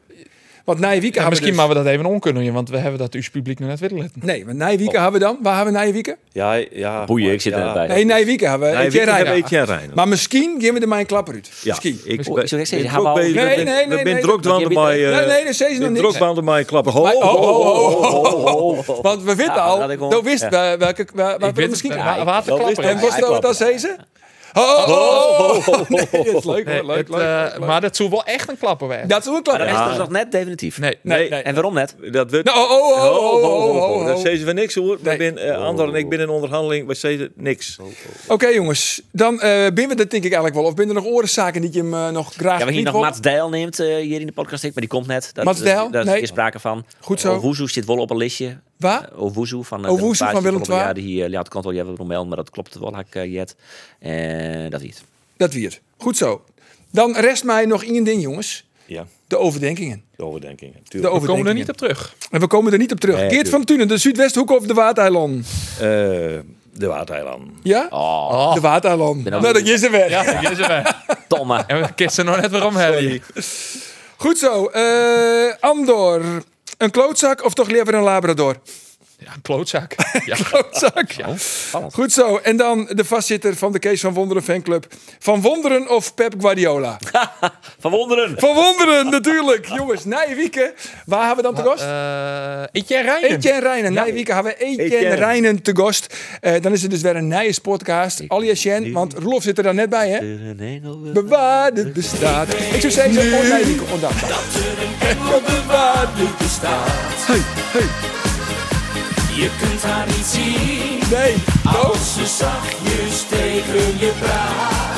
[SPEAKER 1] Want na je weekend
[SPEAKER 5] Ja,
[SPEAKER 1] hebben
[SPEAKER 5] misschien
[SPEAKER 1] we
[SPEAKER 5] maar we dat even om kunnen doen, want we hebben dat uw publiek nog net willen letten.
[SPEAKER 1] dus- Nee, want na je weekend hebben we dan. Waar hebben we na je weekend?
[SPEAKER 6] Ja, ja.
[SPEAKER 4] Boeien, ik zit er net bij.
[SPEAKER 1] Nee, na je weekend hebben we
[SPEAKER 6] Nee,
[SPEAKER 1] Etienne
[SPEAKER 6] we hebben
[SPEAKER 1] Reijnen.
[SPEAKER 6] Etienne Reijnen.
[SPEAKER 1] Maar misschien geven we er maar een klapper uit.
[SPEAKER 6] Ja,
[SPEAKER 1] Misschien.
[SPEAKER 6] ik
[SPEAKER 4] Oh, ik zou echt zeggen,
[SPEAKER 6] ben
[SPEAKER 4] je
[SPEAKER 6] druk
[SPEAKER 4] hebt al-
[SPEAKER 6] bezig.
[SPEAKER 1] Nee,
[SPEAKER 6] Ik ben-
[SPEAKER 1] nee, nee,
[SPEAKER 6] Ik
[SPEAKER 1] nee,
[SPEAKER 6] ben druk
[SPEAKER 1] nee.
[SPEAKER 6] aan
[SPEAKER 1] Want je
[SPEAKER 6] mij.
[SPEAKER 1] weet- Nee, nee, dat zei ze nog niks.
[SPEAKER 6] eh, Druk aan mij klappen. Ho,
[SPEAKER 1] Maar-
[SPEAKER 6] ho,
[SPEAKER 1] oh,
[SPEAKER 6] ho,
[SPEAKER 1] oh,
[SPEAKER 6] ho, ho, ho, ho.
[SPEAKER 1] Want we weten
[SPEAKER 4] Ja,
[SPEAKER 1] al,
[SPEAKER 4] dat ik gewoon-
[SPEAKER 1] dan wist
[SPEAKER 4] ja.
[SPEAKER 1] we welke, waar, waar we
[SPEAKER 5] weet-
[SPEAKER 1] misschien
[SPEAKER 5] wa-
[SPEAKER 1] krijgen.
[SPEAKER 5] waterklapper.
[SPEAKER 1] En was dat wat dan zei ze? Oh, oh, oh, oh. Nee, dat is leuk, hoor,
[SPEAKER 5] Nee,
[SPEAKER 1] leuk, leuk,
[SPEAKER 5] het, eh,
[SPEAKER 1] leuk, leuk.
[SPEAKER 5] Maar dat zou wel echt een klapper werden.
[SPEAKER 1] Dat is ook een klapper.
[SPEAKER 4] Maar dat is nog net definitief.
[SPEAKER 5] Nee,
[SPEAKER 1] Nee,
[SPEAKER 6] Nee.
[SPEAKER 1] nee.
[SPEAKER 4] En waarom net?
[SPEAKER 6] Dat werd...
[SPEAKER 1] Nou, oh, oh, oh,
[SPEAKER 6] Ho, ho, ho,
[SPEAKER 1] oh,
[SPEAKER 6] ho.
[SPEAKER 1] oh,
[SPEAKER 6] Dat
[SPEAKER 1] oh.
[SPEAKER 6] zeiden we niks hoor.
[SPEAKER 1] Nee.
[SPEAKER 6] We zijn, eh, Andor en ik binnen in onderhandeling. We zeiden niks.
[SPEAKER 1] Oké jongens, dan eh binnen we dat denk ik eigenlijk wel. Of binnen er nog orenzaken die je hem eh, nog graag
[SPEAKER 4] Ja, we hier
[SPEAKER 1] kwijt
[SPEAKER 4] nog
[SPEAKER 1] wil?
[SPEAKER 4] Mats Dijl neemt eh, hier in de podcast, maar die komt net. Dat, eh,
[SPEAKER 1] Mats
[SPEAKER 4] dat-
[SPEAKER 1] Dijl?
[SPEAKER 4] Daar is
[SPEAKER 1] Nee.
[SPEAKER 4] geen sprake van.
[SPEAKER 1] Goed zo.
[SPEAKER 4] Owuzu zit wel op een listje.
[SPEAKER 1] Waar?
[SPEAKER 4] Eh, Owuzu van eh,
[SPEAKER 1] Owuzu
[SPEAKER 4] Paas,
[SPEAKER 1] van
[SPEAKER 4] die
[SPEAKER 1] Willem
[SPEAKER 4] vorig jaar
[SPEAKER 1] II.
[SPEAKER 4] Die, eh, ja, het kan wel, jij hebt melden, maar dat klopt wel, hak eh, Jet. Eh, dat niet.
[SPEAKER 1] Dat weer. Goed zo. Dan rest mij nog één ding jongens.
[SPEAKER 6] Ja,
[SPEAKER 1] De overdenkingen.
[SPEAKER 6] de overdenkingen.
[SPEAKER 1] De
[SPEAKER 6] Tuurlijk.
[SPEAKER 5] We komen er
[SPEAKER 1] overdenkingen.
[SPEAKER 5] niet op terug.
[SPEAKER 1] En we komen er niet op terug.
[SPEAKER 6] Nee,
[SPEAKER 1] Geert van Tunen, de Zuidwesthoek of de Waardeiland?
[SPEAKER 6] Eh, de Waardeiland.
[SPEAKER 1] Ja?
[SPEAKER 4] Oh,
[SPEAKER 1] De Waardeiland.
[SPEAKER 4] Ben ook-
[SPEAKER 1] Nou, dat is er weer.
[SPEAKER 5] Ja, hier zijn we.
[SPEAKER 4] Tomme.
[SPEAKER 5] En we kisten nog net weer om hebben.
[SPEAKER 1] Goed zo. eh, Andor. Een klootzak of toch liever een labrador?
[SPEAKER 5] Ja, klootzak. Ja.
[SPEAKER 1] Klootzak. Goed zo. En dan de vastzitter van de Kees van Wonderen fanclub. Van Wonderen of Pep Guardiola?
[SPEAKER 4] Van Wonderen.
[SPEAKER 1] Van Wonderen natuurlijk. Jongens, Nijwieken. Waar hebben we dan te gast?
[SPEAKER 5] Eh Etienne Reijnen.
[SPEAKER 1] Etienne Reijnen. Nijwieken hebben we Etienne
[SPEAKER 6] Etienne.
[SPEAKER 1] Reijnen te gast. Eh, dan is het dus weer een nieuwe podcast. Alias Jen, want Roelof zit er dan net bij, hè?
[SPEAKER 4] Een engel wil-
[SPEAKER 1] Bewaard het bestaat. Ik zou zeggen, oh Nijwieken, ondankbaar. bewaard het bestaat. Hey, hey.
[SPEAKER 13] Je kunt haar niet zien
[SPEAKER 1] Nee, no.
[SPEAKER 13] als ze zachtjes tegen je praat.